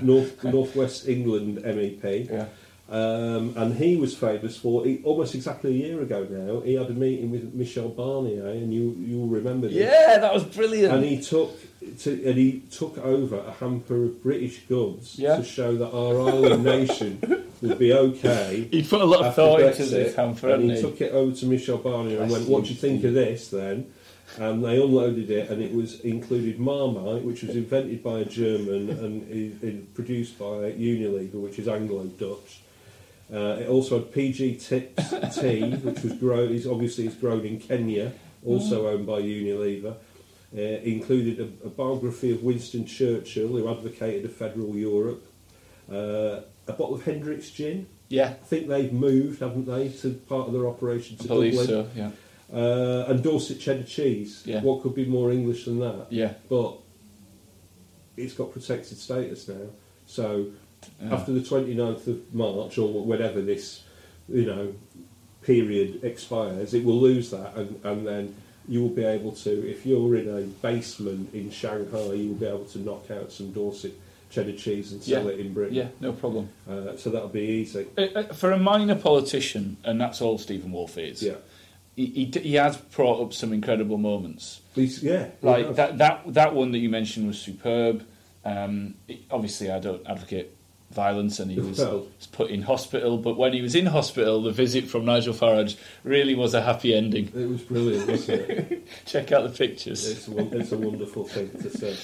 [SPEAKER 3] North Northwest England MEP.
[SPEAKER 2] Yeah.
[SPEAKER 3] Um, and he was famous for he, almost exactly a year ago now. He had a meeting with Michel Barnier, and you you'll remember this.
[SPEAKER 2] Yeah, that was brilliant.
[SPEAKER 3] And he took to, and he took over a hamper of British goods
[SPEAKER 2] Yeah.
[SPEAKER 3] to show that our island nation would be okay.
[SPEAKER 2] He put a lot of
[SPEAKER 3] after
[SPEAKER 2] thought into
[SPEAKER 3] Brexit,
[SPEAKER 2] this hamper,
[SPEAKER 3] and
[SPEAKER 2] hadn't he?
[SPEAKER 3] he, took it over to Michel Barnier and went, "What do you think of this?" Then, and they unloaded it, and it was included Marmite, which was invented by a German and is, is produced by Unilever, which is Anglo Dutch. Uh, it also had PG Tips tea, which was grown. Is obviously it's grown in Kenya, also
[SPEAKER 2] Mm.
[SPEAKER 3] owned by Unilever. Uh, included a, a biography of Winston Churchill, who advocated a federal Europe. Uh, a bottle of Hendricks gin.
[SPEAKER 2] yeah,
[SPEAKER 3] I think they've moved, haven't they, to part of their operation to
[SPEAKER 2] I believe
[SPEAKER 3] Dublin.
[SPEAKER 2] so. Yeah,
[SPEAKER 3] Uh, and Dorset cheddar cheese.
[SPEAKER 2] Yeah.
[SPEAKER 3] What could be more English than that?
[SPEAKER 2] Yeah.
[SPEAKER 3] But it's got protected status now. So after the 29th of March or whenever this, you know, period expires, it will lose that and, and then you will be able to, if you're in a basement in Shanghai, you'll be able to knock out some Dorset cheddar cheese and sell
[SPEAKER 2] yeah,
[SPEAKER 3] it in Britain.
[SPEAKER 2] yeah, no problem.
[SPEAKER 3] Uh, so that'll be easy.
[SPEAKER 2] Uh, uh, For a minor politician, and that's all Stephen Wolfe is.
[SPEAKER 3] Yeah.
[SPEAKER 2] He, he, d- he has brought up some incredible moments.
[SPEAKER 3] He's- yeah. he
[SPEAKER 2] Like
[SPEAKER 3] has.
[SPEAKER 2] that, that that one that you mentioned was superb. Um, it- obviously, I don't advocate violence, and he was,
[SPEAKER 3] Well.
[SPEAKER 2] was put in hospital. But when he was in hospital, the visit from Nigel Farage really was a happy ending.
[SPEAKER 3] It was brilliant, wasn't it?
[SPEAKER 2] Check out the pictures.
[SPEAKER 3] It's a, won- it's a wonderful thing to see.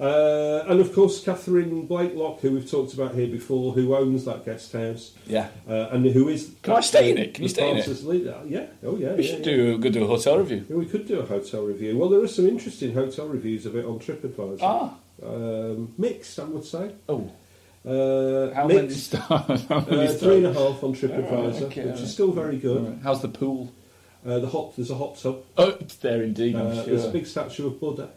[SPEAKER 3] Uh, and of course, Catherine Blakelock, who we've talked about here before, who owns that guest house,
[SPEAKER 2] Yeah,
[SPEAKER 3] uh, and who is
[SPEAKER 2] Can I stay in it? Can you
[SPEAKER 3] the
[SPEAKER 2] stay in it?
[SPEAKER 3] Francis Leader. Yeah. Oh yeah.
[SPEAKER 2] we
[SPEAKER 3] yeah,
[SPEAKER 2] should
[SPEAKER 3] yeah.
[SPEAKER 2] do go do a hotel review.
[SPEAKER 3] Yeah, we could do a hotel review. Well, there are some interesting hotel reviews of it on TripAdvisor.
[SPEAKER 2] Ah.
[SPEAKER 3] Um, mixed, I would say.
[SPEAKER 2] Oh,
[SPEAKER 3] Uh,
[SPEAKER 2] how many
[SPEAKER 3] mixed.
[SPEAKER 2] stars? How many
[SPEAKER 3] Uh,
[SPEAKER 2] stars?
[SPEAKER 3] three and a half on TripAdvisor,
[SPEAKER 2] Alright, okay,
[SPEAKER 3] which
[SPEAKER 2] alright.
[SPEAKER 3] is still very good.
[SPEAKER 2] Alright. How's the pool?
[SPEAKER 3] Uh, the hot, there's a hot tub.
[SPEAKER 2] Oh, it's there indeed. I'm
[SPEAKER 3] Uh,
[SPEAKER 2] sure.
[SPEAKER 3] There's a big statue of Buddha.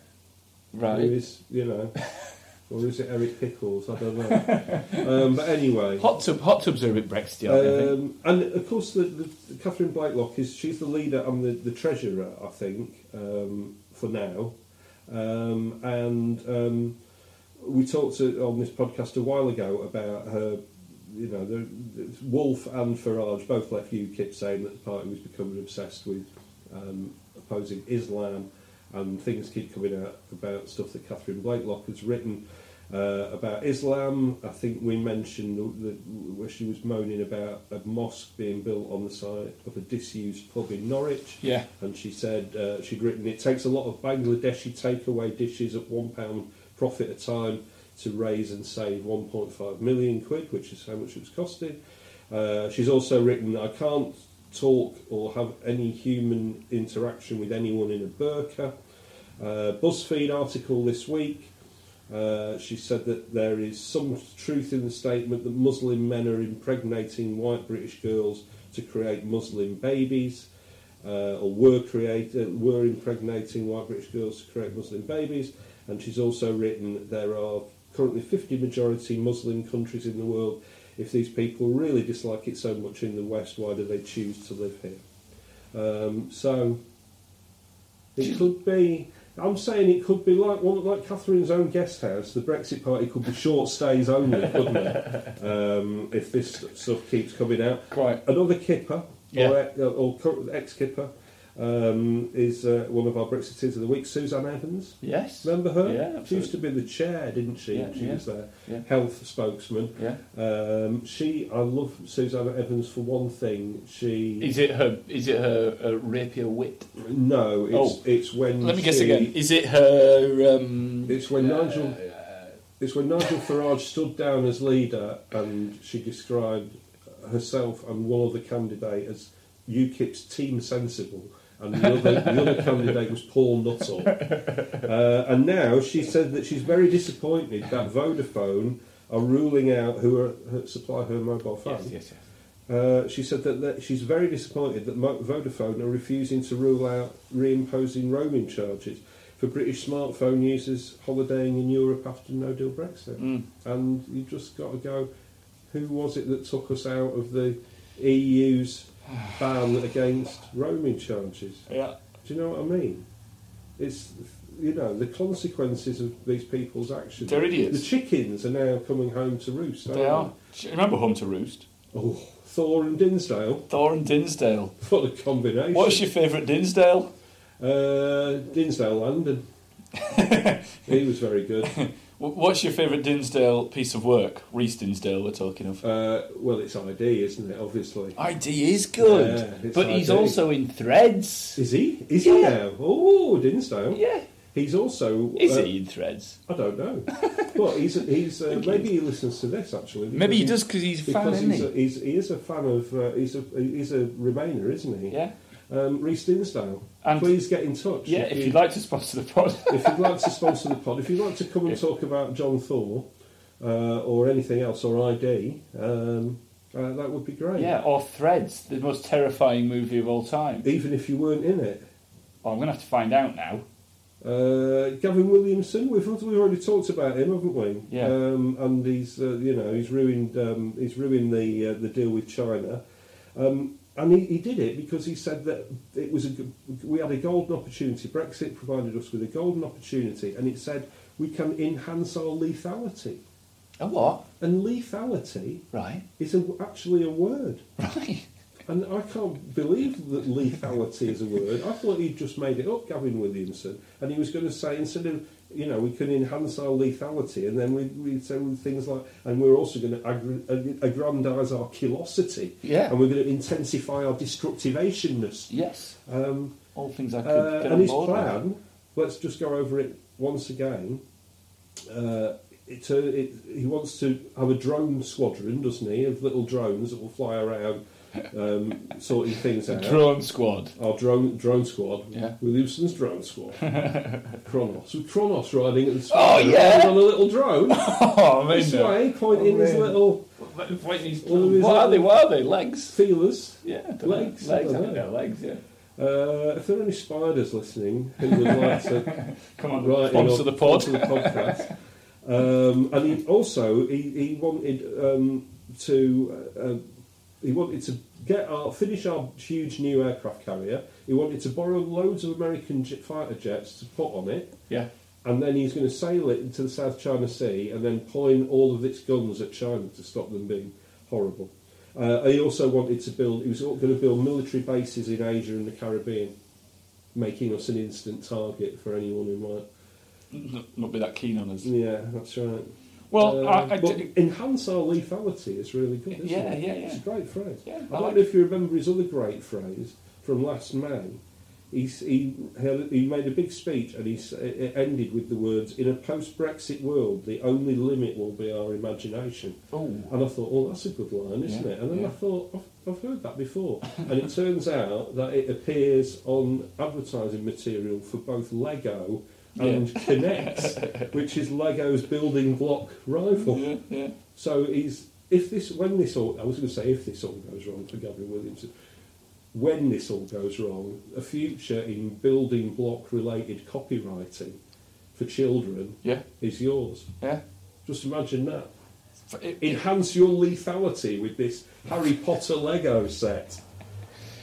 [SPEAKER 3] Who
[SPEAKER 2] right.
[SPEAKER 3] is, you know, or is it Eric Pickles? I don't know. um, but anyway.
[SPEAKER 2] Hot tub. Hot tubs are a bit Brexity. aren't they, I think.
[SPEAKER 3] Um, and of course, the, the, Catherine Blakelock is she's the leader and the, the treasurer, I think, um, for now. Um, and um, we talked to, on this podcast a while ago about her, you know, the, the- Wolf and Farage both left UKIP saying that the party was becoming obsessed with um, opposing Islam, and things keep coming out about stuff that Catherine Blakelock has written uh, about Islam. I think we mentioned the, the, where she was moaning about a mosque being built on the site of a disused pub in Norwich.
[SPEAKER 2] Yeah.
[SPEAKER 3] And she said uh, she'd written, it takes a lot of Bangladeshi takeaway dishes at one pound profit a time to raise and save 1.5 million quid, which is how much it was costing. Uh, she's also written, I can't talk or have any human interaction with anyone in a burqa. Uh, BuzzFeed article this week. Uh, she said that there is some truth in the statement that Muslim men are impregnating white British girls to create Muslim babies, uh, or were create, uh, were impregnating white British girls to create Muslim babies. And she's also written there are currently 50 majority Muslim countries in the world. If these people really dislike it so much in the West, why do they choose to live here? Um, so it could be. I'm saying it could be like one like Catherine's own guest house. The Brexit Party could be short stays only, couldn't it? Um, if this stuff keeps coming out,
[SPEAKER 2] Quite.
[SPEAKER 3] another kipper or
[SPEAKER 2] Yeah.
[SPEAKER 3] ex- uh, or cur- ex-kipper um, is uh, one of our Brexiteers of the week, Suzanne Evans.
[SPEAKER 2] Yes.
[SPEAKER 3] Remember her?
[SPEAKER 2] Yeah.
[SPEAKER 3] she used
[SPEAKER 2] absolutely.
[SPEAKER 3] to be the chair, didn't she?
[SPEAKER 2] Yeah,
[SPEAKER 3] she
[SPEAKER 2] yeah,
[SPEAKER 3] was their
[SPEAKER 2] yeah.
[SPEAKER 3] health spokesman.
[SPEAKER 2] Yeah.
[SPEAKER 3] Um, she, I love Suzanne Evans for one thing. She
[SPEAKER 2] Is it her? Is it her uh, rapier wit?
[SPEAKER 3] no, it's
[SPEAKER 2] Oh.
[SPEAKER 3] it's when
[SPEAKER 2] Let me guess
[SPEAKER 3] she-
[SPEAKER 2] again. Is it her? Um,
[SPEAKER 3] It's when Nigel. It's when Nigel Farage stood down as leader, and she described herself and one other candidate as UKIP's team sensible, and the other, the other candidate was Paul Nuttall. Uh, and now she said that she's very disappointed that Vodafone are ruling out who are, who supply her mobile phone.
[SPEAKER 2] yes, yes, yes.
[SPEAKER 3] Uh, she said that, that she's very disappointed that Mo- Vodafone are refusing to rule out reimposing roaming charges for British smartphone users holidaying in Europe after no deal Brexit.
[SPEAKER 2] Mm.
[SPEAKER 3] And you've just got to go, who was it that took us out of the E EU's ban against roaming charges?
[SPEAKER 2] Yeah.
[SPEAKER 3] Do you know what I mean? It's you know, the consequences of these people's actions.
[SPEAKER 2] They're idiots.
[SPEAKER 3] The chickens are now coming home to roost. aren't
[SPEAKER 2] They are. Remember Home to Roost?
[SPEAKER 3] Oh, Thor and Dinsdale.
[SPEAKER 2] Thor and Dinsdale.
[SPEAKER 3] What a combination.
[SPEAKER 2] What's your favourite Dinsdale?
[SPEAKER 3] Uh, Dinsdale Landon. he was very good.
[SPEAKER 2] Wh- What's your favourite Dinsdale piece of work? Reese Dinsdale, we're talking of.
[SPEAKER 3] Uh, well, it's ID, isn't it? Obviously.
[SPEAKER 2] ID is good,
[SPEAKER 3] Yeah, it's
[SPEAKER 2] but he's
[SPEAKER 3] ID.
[SPEAKER 2] also in Threads.
[SPEAKER 3] Is he? Is he
[SPEAKER 2] Yeah.
[SPEAKER 3] now? Oh, Dinsdale.
[SPEAKER 2] Yeah.
[SPEAKER 3] He's also.
[SPEAKER 2] Is
[SPEAKER 3] uh,
[SPEAKER 2] he in Threads?
[SPEAKER 3] I don't know. well, he's he's uh, maybe he listens to this actually. because
[SPEAKER 2] Maybe he
[SPEAKER 3] he's-
[SPEAKER 2] does 'cause he's a fan,
[SPEAKER 3] because
[SPEAKER 2] isn't
[SPEAKER 3] he's
[SPEAKER 2] he?
[SPEAKER 3] A, he's, he is a fan of uh, he's a he's a Remainer, isn't he?
[SPEAKER 2] Yeah.
[SPEAKER 3] Um, Reese Dinsdale.
[SPEAKER 2] And-
[SPEAKER 3] please get in touch.
[SPEAKER 2] Yeah, if you'd like to sponsor the pod.
[SPEAKER 3] if you'd like to sponsor the pod, if you'd like to come and talk about John Thor uh, or anything else or ID, um, uh, that would be great.
[SPEAKER 2] yeah, or Threads, the most terrifying movie of all time.
[SPEAKER 3] Even if you weren't in it.
[SPEAKER 2] Well, I'm going to have to find out now.
[SPEAKER 3] Uh, Gavin Williamson, we've we've already talked about him, haven't we?
[SPEAKER 2] Yeah.
[SPEAKER 3] Um, and he's uh, you know he's ruined um, he's ruined the uh, the deal with China, um, and he, he did it because he said that it was a g- we had a golden opportunity. Brexit provided us with a golden opportunity, and it said we can enhance our lethality.
[SPEAKER 2] A what?
[SPEAKER 3] And lethality
[SPEAKER 2] Right.
[SPEAKER 3] is a, actually a word.
[SPEAKER 2] Right.
[SPEAKER 3] And I can't believe that lethality is a word. I thought he'd just made it up, Gavin Williamson, and he was going to say instead of you know we can enhance our lethality, and then we we say things like, and we're also going to aggra- aggrandise our kilosity,
[SPEAKER 2] Yeah.
[SPEAKER 3] and we're going to intensify our destructivationness.
[SPEAKER 2] Yes.
[SPEAKER 3] Um,
[SPEAKER 2] All things I could
[SPEAKER 3] uh,
[SPEAKER 2] get
[SPEAKER 3] and
[SPEAKER 2] on
[SPEAKER 3] his
[SPEAKER 2] board with.
[SPEAKER 3] plan, let's just go over it once again. Uh, it, uh, it, he wants to have a drone squadron, doesn't he, of little drones that will fly around um, sorting things out.
[SPEAKER 2] Drone Squad.
[SPEAKER 3] Our drone drone squad,
[SPEAKER 2] Yeah.
[SPEAKER 3] Williamson's drone squad, Kronos, with Kronos riding at the speed
[SPEAKER 2] Oh,
[SPEAKER 3] around
[SPEAKER 2] yeah.
[SPEAKER 3] on a little drone.
[SPEAKER 2] Oh, I Oh,
[SPEAKER 3] this way, pointing his little all of his
[SPEAKER 2] What are
[SPEAKER 3] little
[SPEAKER 2] they? What are they? Legs?
[SPEAKER 3] feelers.
[SPEAKER 2] Yeah, I don't know.
[SPEAKER 3] Legs, I
[SPEAKER 2] Legs. I
[SPEAKER 3] don't
[SPEAKER 2] think
[SPEAKER 3] know.
[SPEAKER 2] they're legs. Yeah.
[SPEAKER 3] Uh, if there are any spiders listening who would like to
[SPEAKER 2] Come on,
[SPEAKER 3] Right,
[SPEAKER 2] sponsor
[SPEAKER 3] you know,
[SPEAKER 2] the pod.
[SPEAKER 3] sponsor the podcast. um, and he also he, he wanted um, to uh, uh, he wanted to get our finish our huge new aircraft carrier. He wanted to borrow loads of American jet, fighter jets to put on it,
[SPEAKER 2] Yeah.
[SPEAKER 3] and then he's going to sail it into the South China Sea and then point all of its guns at China to stop them being horrible. Uh, he also wanted to build. He was going to build military bases in Asia and the Caribbean, making us an instant target for anyone who might
[SPEAKER 2] Not, not be that keen on us.
[SPEAKER 3] yeah, that's right.
[SPEAKER 2] Well,
[SPEAKER 3] Uh,
[SPEAKER 2] I, I
[SPEAKER 3] but
[SPEAKER 2] d-
[SPEAKER 3] enhance our lethality is really good, isn't
[SPEAKER 2] Yeah,
[SPEAKER 3] it?
[SPEAKER 2] yeah,
[SPEAKER 3] It's
[SPEAKER 2] yeah.
[SPEAKER 3] a great phrase.
[SPEAKER 2] Yeah,
[SPEAKER 3] I
[SPEAKER 2] I
[SPEAKER 3] don't
[SPEAKER 2] like
[SPEAKER 3] know if you remember his other great phrase from last May. He, s- he, had- he made a big speech and he s- it ended with the words, In a post Brexit world, the only limit will be our imagination.
[SPEAKER 2] Ooh.
[SPEAKER 3] And I thought, Well, that's a good line, isn't
[SPEAKER 2] Oh. Yeah,
[SPEAKER 3] it? And then
[SPEAKER 2] yeah.
[SPEAKER 3] I thought, I've, I've heard that before. and it turns out that it appears on advertising material for both Lego and Kinect, which is Lego's building block rival.
[SPEAKER 2] yeah, yeah.
[SPEAKER 3] So he's if this when this all I was going to say if this all goes wrong for Gavin Williamson, when this all goes wrong, a future in building block related copywriting for children
[SPEAKER 2] Yeah.
[SPEAKER 3] is yours.
[SPEAKER 2] Yeah.
[SPEAKER 3] Just imagine that.
[SPEAKER 2] F- it-
[SPEAKER 3] Enhance your lethality with this Harry Potter Lego set.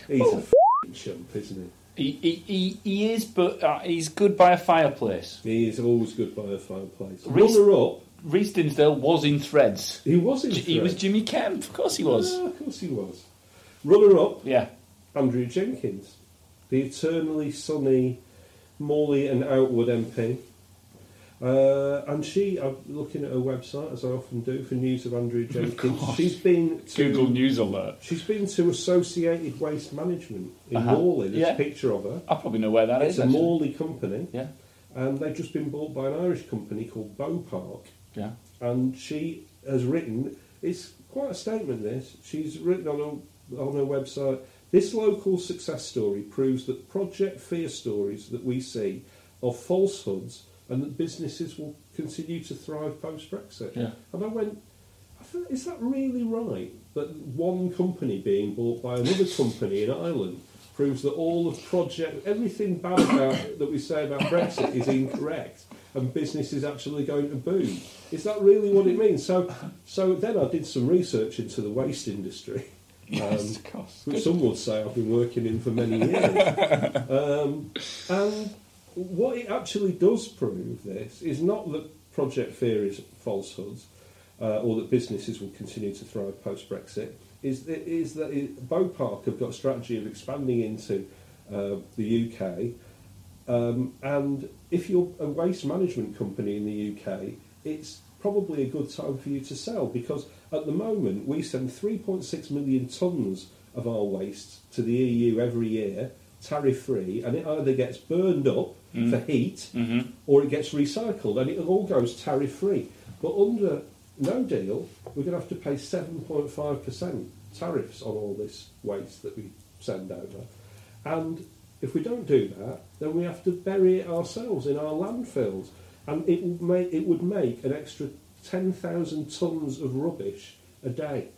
[SPEAKER 3] He's
[SPEAKER 2] Oh.
[SPEAKER 3] a f***ing chump, isn't
[SPEAKER 2] He, he, he, he is, but uh, he's good by a fireplace.
[SPEAKER 3] he? He is always good by a fireplace.
[SPEAKER 2] Reece-
[SPEAKER 3] Runner up,
[SPEAKER 2] Reese Dinsdale was in Threads.
[SPEAKER 3] he was in
[SPEAKER 2] J- He was
[SPEAKER 3] thread.
[SPEAKER 2] Jimmy Kemp. Of course he was.
[SPEAKER 3] Ah, of course he was. Runner up,
[SPEAKER 2] Yeah.
[SPEAKER 3] Andrew Jenkins, the eternally sunny Morley and Outwood MP. Uh, and she, I'm looking at her website as I often do for news of Andrew Jenkins. she's been to
[SPEAKER 2] Google News alert.
[SPEAKER 3] She's been to Associated Waste Management in
[SPEAKER 2] Uh-huh.
[SPEAKER 3] Morley. There's
[SPEAKER 2] Yeah.
[SPEAKER 3] a picture of her.
[SPEAKER 2] I probably know where that is.
[SPEAKER 3] It's a
[SPEAKER 2] actually.
[SPEAKER 3] Morley company,
[SPEAKER 2] Yeah.
[SPEAKER 3] and they've just been bought by an Irish company called Bow Park
[SPEAKER 2] Yeah.
[SPEAKER 3] and she has written it's quite a statement this she's written on her, on her website this local success story proves that project fear stories that we see are falsehoods and that businesses will continue to thrive post brexit
[SPEAKER 2] Yeah.
[SPEAKER 3] and i went I thought, is that really right that one company being bought by another company in ireland proves that all of project everything bad about that we say about brexit is incorrect and business is actually going to boom is that really what it means so so then i did some research into the waste industry
[SPEAKER 2] Yes, of course.
[SPEAKER 3] which some would say i've been working in for many years um, and what it actually does prove this is not that project fear is falsehoods uh, or that businesses will continue to thrive post Brexit. Is that, is that it, Park have got a strategy of expanding into uh, the UK, um, and if you're a waste management company in the UK, it's probably a good time for you to sell because at the moment we send 3.6 million tonnes of our waste to the EU every year, tariff free, and it either gets burned up for heat or it gets recycled and it all goes tariff free. But under no deal, we're going to have to pay 7.5% tariffs on all this waste that we send over. And if we don't do that, then we have to bury it ourselves in our landfills. And it would make, it would make an extra 10,000 tonnes of rubbish a day.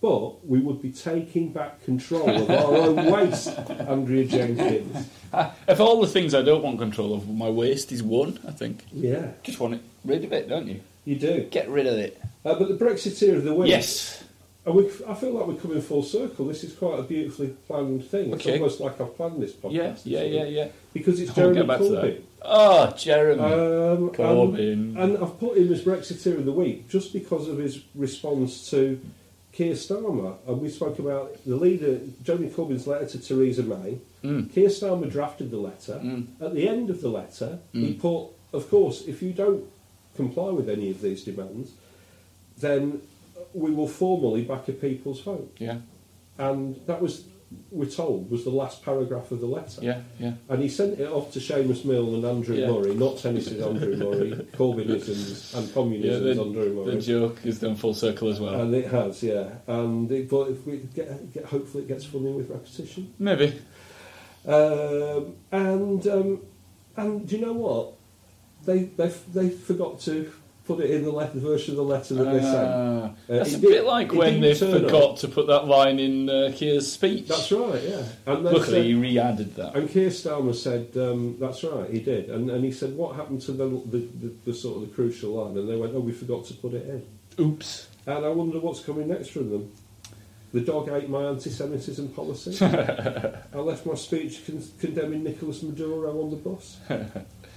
[SPEAKER 3] But we would be taking back control of our own waste, Andrea Jenkins.
[SPEAKER 2] Of all the things I don't want control of, my waste is one, I think.
[SPEAKER 3] Yeah,
[SPEAKER 2] Just want it rid of it, don't you?
[SPEAKER 3] you do.
[SPEAKER 2] Get rid of it.
[SPEAKER 3] Uh, but the Brexiteer of the week.
[SPEAKER 2] Yes.
[SPEAKER 3] And we, I feel like we're coming full circle. This is quite a beautifully planned thing. It's
[SPEAKER 2] Okay.
[SPEAKER 3] almost like I've planned this podcast.
[SPEAKER 2] Yeah,
[SPEAKER 3] this
[SPEAKER 2] yeah,
[SPEAKER 3] week.
[SPEAKER 2] yeah, yeah.
[SPEAKER 3] Because it's
[SPEAKER 2] We'll
[SPEAKER 3] Jeremy
[SPEAKER 2] get back to
[SPEAKER 3] Corbyn.
[SPEAKER 2] that. Oh, Jeremy.
[SPEAKER 3] Um,
[SPEAKER 2] Corbyn.
[SPEAKER 3] And, and I've put him as Brexiteer of the week just because of his response to Keir Starmer. And we spoke about the leader, Jeremy Corbyn's letter to Theresa May. Keir Starmer drafted the letter. At the end of the letter, he put, of course, if you don't comply with any of these demands, then we will formally back a people's vote.
[SPEAKER 2] yeah,
[SPEAKER 3] And that was, we're told, was the last paragraph of the letter.
[SPEAKER 2] yeah, yeah.
[SPEAKER 3] And he sent it off to Seamus Mill and Andrew
[SPEAKER 2] Yeah.
[SPEAKER 3] Murray, not Tennessee Andrew Murray, Corbynisms and
[SPEAKER 2] Yeah,
[SPEAKER 3] communisms
[SPEAKER 2] the,
[SPEAKER 3] Andrew
[SPEAKER 2] the
[SPEAKER 3] Murray.
[SPEAKER 2] joke is done full circle as well.
[SPEAKER 3] and it has, yeah. And it, but if we get, get, hopefully it gets funny with repetition.
[SPEAKER 2] Maybe.
[SPEAKER 3] Um, and um, and do you know what? They they they forgot to put it in the letter, the version of the letter that they sent. Uh,
[SPEAKER 2] Ah, that's
[SPEAKER 3] it
[SPEAKER 2] a
[SPEAKER 3] did-
[SPEAKER 2] bit like
[SPEAKER 3] it
[SPEAKER 2] when
[SPEAKER 3] didn't
[SPEAKER 2] they
[SPEAKER 3] turn up.
[SPEAKER 2] forgot to put that line in uh, Keir's speech.
[SPEAKER 3] That's right, yeah. And they
[SPEAKER 2] Luckily,
[SPEAKER 3] said-
[SPEAKER 2] he re-added that.
[SPEAKER 3] And Keir Starmer said, um, "That's right, he did." And, and he said, "What happened to the, the, the, the sort of the crucial line?" And they went, "Oh, we forgot to put it in."
[SPEAKER 2] Oops.
[SPEAKER 3] And I wonder what's coming next from them. The dog ate my anti-Semitism policy. I left my speech con- condemning Nicolas Maduro on the bus.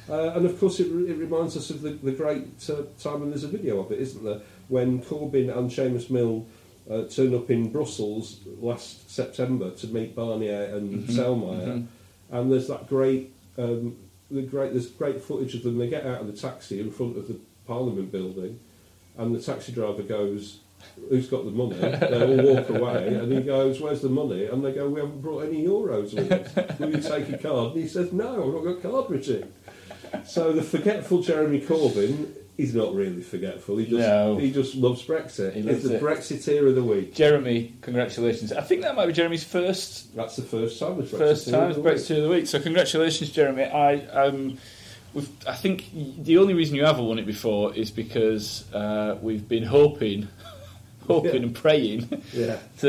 [SPEAKER 3] Uh, and of course, it, re- it reminds us of the, the great uh, time, and there's a video of it, isn't there? When Corbyn and Seamus Mill uh, turned up in Brussels last September to meet Barnier and Selmayr, and there's that great, um, the great, there's great footage of them. They get out of the taxi in front of the Parliament building, and the taxi driver goes, "Who's got the money?" They all walk away, and he goes, "Where's the money?" And they go, "We haven't brought any euros with us. Will you take a card?" And he says, "No, I've not got card machine." So the forgetful Jeremy Corbyn. He's not really forgetful. He just
[SPEAKER 2] No.
[SPEAKER 3] he just loves Brexit.
[SPEAKER 2] He
[SPEAKER 3] He's
[SPEAKER 2] loves
[SPEAKER 3] the
[SPEAKER 2] it.
[SPEAKER 3] Brexiteer of the week.
[SPEAKER 2] Jeremy, congratulations. I think that might be Jeremy's first
[SPEAKER 3] That's the first time. With
[SPEAKER 2] first
[SPEAKER 3] Brexiteer
[SPEAKER 2] time
[SPEAKER 3] of
[SPEAKER 2] it's Brexiteer
[SPEAKER 3] the week.
[SPEAKER 2] of the week. So congratulations, Jeremy. I um, we've, I think the only reason you haven't won it before is because uh, we've been hoping, hoping
[SPEAKER 3] Yeah.
[SPEAKER 2] and praying
[SPEAKER 3] Yeah.
[SPEAKER 2] to,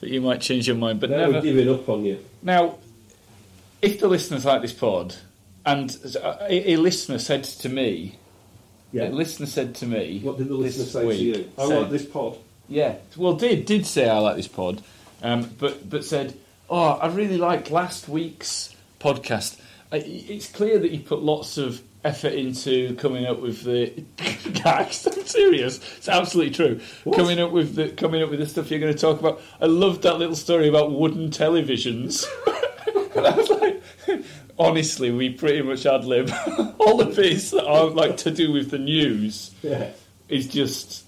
[SPEAKER 2] that you might change your mind, but
[SPEAKER 3] Now
[SPEAKER 2] never.
[SPEAKER 3] we're giving up on you.
[SPEAKER 2] Now, if the listeners like this pod, and a, a listener said to me,
[SPEAKER 3] Yeah.
[SPEAKER 2] a listener said to me,
[SPEAKER 3] What did the
[SPEAKER 2] this
[SPEAKER 3] listener say to
[SPEAKER 2] week,
[SPEAKER 3] you? I
[SPEAKER 2] said-
[SPEAKER 3] like this pod.
[SPEAKER 2] yeah, well, did did say I like this pod, um, but but said, oh, I really liked last week's podcast. I, it's clear that you put lots of effort into coming up with the. Guys, I'm serious. It's absolutely true. Coming up with the coming up with the stuff you're going to talk about. I loved that little story about wooden televisions. and I was like. Honestly, we pretty much ad lib all the bits that aren't like to do with the news
[SPEAKER 3] Yeah.
[SPEAKER 2] is just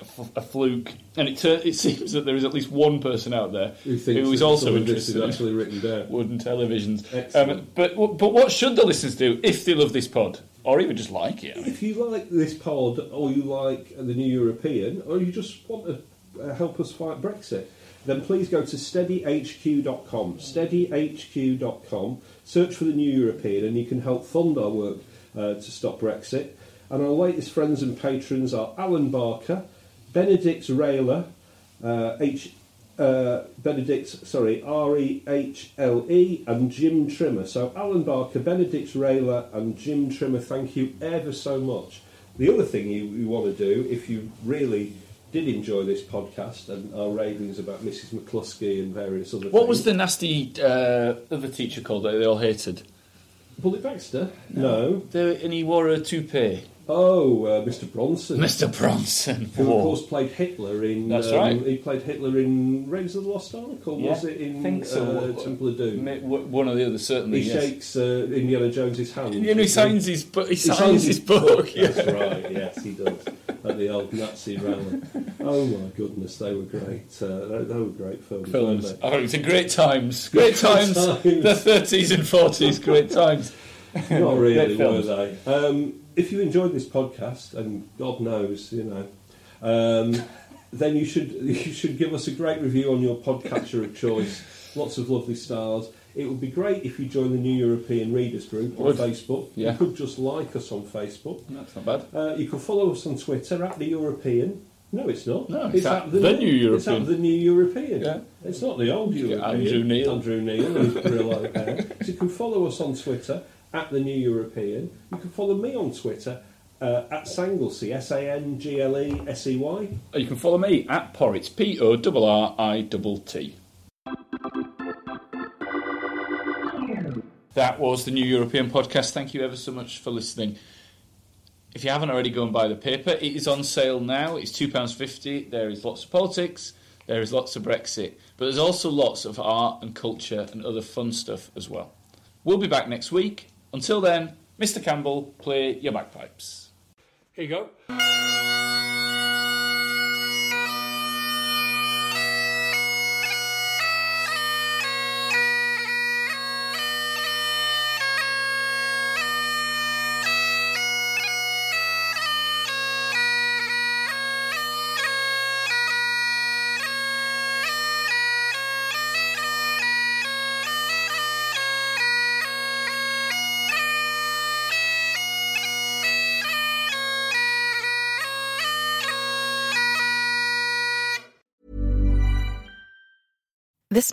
[SPEAKER 2] a f- a fluke, and it tur- it seems that there is at least one person out there
[SPEAKER 3] Who thinks
[SPEAKER 2] is
[SPEAKER 3] that
[SPEAKER 2] also
[SPEAKER 3] some of this
[SPEAKER 2] interested
[SPEAKER 3] is
[SPEAKER 2] in
[SPEAKER 3] actually written down?
[SPEAKER 2] wooden televisions.
[SPEAKER 3] Excellent.
[SPEAKER 2] Um, but but what should the listeners do if they love this pod, or even just like it? I mean,
[SPEAKER 3] If you like this pod, or you like the New European, or you just want to uh, help us fight Brexit, then please go to steadyhq.com. Steadyhq.com. Search for the New European, and you can help fund our work uh, to stop Brexit. And our latest friends and patrons are Alan Barker, Benedict Rayler, uh, H. Uh, Benedict, sorry, R E H L E, and Jim Trimmer. So Alan Barker, Benedict Rayler, and Jim Trimmer, thank you ever so much. The other thing you, you want to do, if you really did enjoy this podcast and our ravings about Mrs. McCluskey and various other
[SPEAKER 2] what was
[SPEAKER 3] things,
[SPEAKER 2] the nasty uh, other teacher called that they all hated?
[SPEAKER 6] Bullet Baxter?
[SPEAKER 3] No.
[SPEAKER 2] There, and he wore a toupee.
[SPEAKER 3] Oh, uh, Mr. Bronson.
[SPEAKER 2] Mr. Bronson.
[SPEAKER 3] Who of course played Hitler in? um,
[SPEAKER 2] That's right.
[SPEAKER 3] He played Hitler in Raiders of the Lost Ark, or was it in
[SPEAKER 2] think so.
[SPEAKER 3] uh,
[SPEAKER 2] Wha- wha-
[SPEAKER 3] Temple of Doom?
[SPEAKER 2] ma- wha- Oh. One or the other, certainly.
[SPEAKER 3] He
[SPEAKER 2] yes.
[SPEAKER 3] shakes uh, Indiana Jones's hand.
[SPEAKER 2] You know, he signs his book. He signs, his book. yeah.
[SPEAKER 3] That's right. Yes, he does. At the old Nazi rally. Oh my goodness, they were great. Uh, they, they were great films.
[SPEAKER 2] Films.
[SPEAKER 3] Weren't they?
[SPEAKER 2] Oh, it's a great times. Great times.
[SPEAKER 3] times.
[SPEAKER 2] The thirties and forties. Great times.
[SPEAKER 3] Not really,
[SPEAKER 2] Great
[SPEAKER 3] were
[SPEAKER 2] films.
[SPEAKER 3] they? Um, if you enjoyed this podcast, and God knows, you know, um, then you should you should give us a great review on your podcatcher of choice. Lots of lovely stars. It would be great if you joined the New European Readers Group on
[SPEAKER 2] Would.
[SPEAKER 3] Facebook.
[SPEAKER 2] Yeah.
[SPEAKER 3] You could just like us on Facebook.
[SPEAKER 2] That's not bad.
[SPEAKER 3] Uh, you can follow us on Twitter at the European. No, it's not.
[SPEAKER 2] No, it's at the New
[SPEAKER 3] It's at
[SPEAKER 2] European.
[SPEAKER 3] the new European.
[SPEAKER 2] Yeah.
[SPEAKER 3] It's not the old European.
[SPEAKER 2] Andrew Neil.
[SPEAKER 3] Andrew Neil. who's real old now. So you can follow us on Twitter at the new European. You can follow me on Twitter uh, at Sanglesey. S A N G L E S E Y.
[SPEAKER 2] Uh, You can follow me at Porritt. P O R R I T T. That was the New European Podcast. Thank you ever so much for listening. If you haven't already, go and buy the paper. It is on sale now. It's £2.50. There is lots of politics. There is lots of Brexit. But there's also lots of art and culture and other fun stuff as well. We'll be back next week. Until then, Mr. Campbell, play your bagpipes.
[SPEAKER 6] Here you go.
[SPEAKER 7] This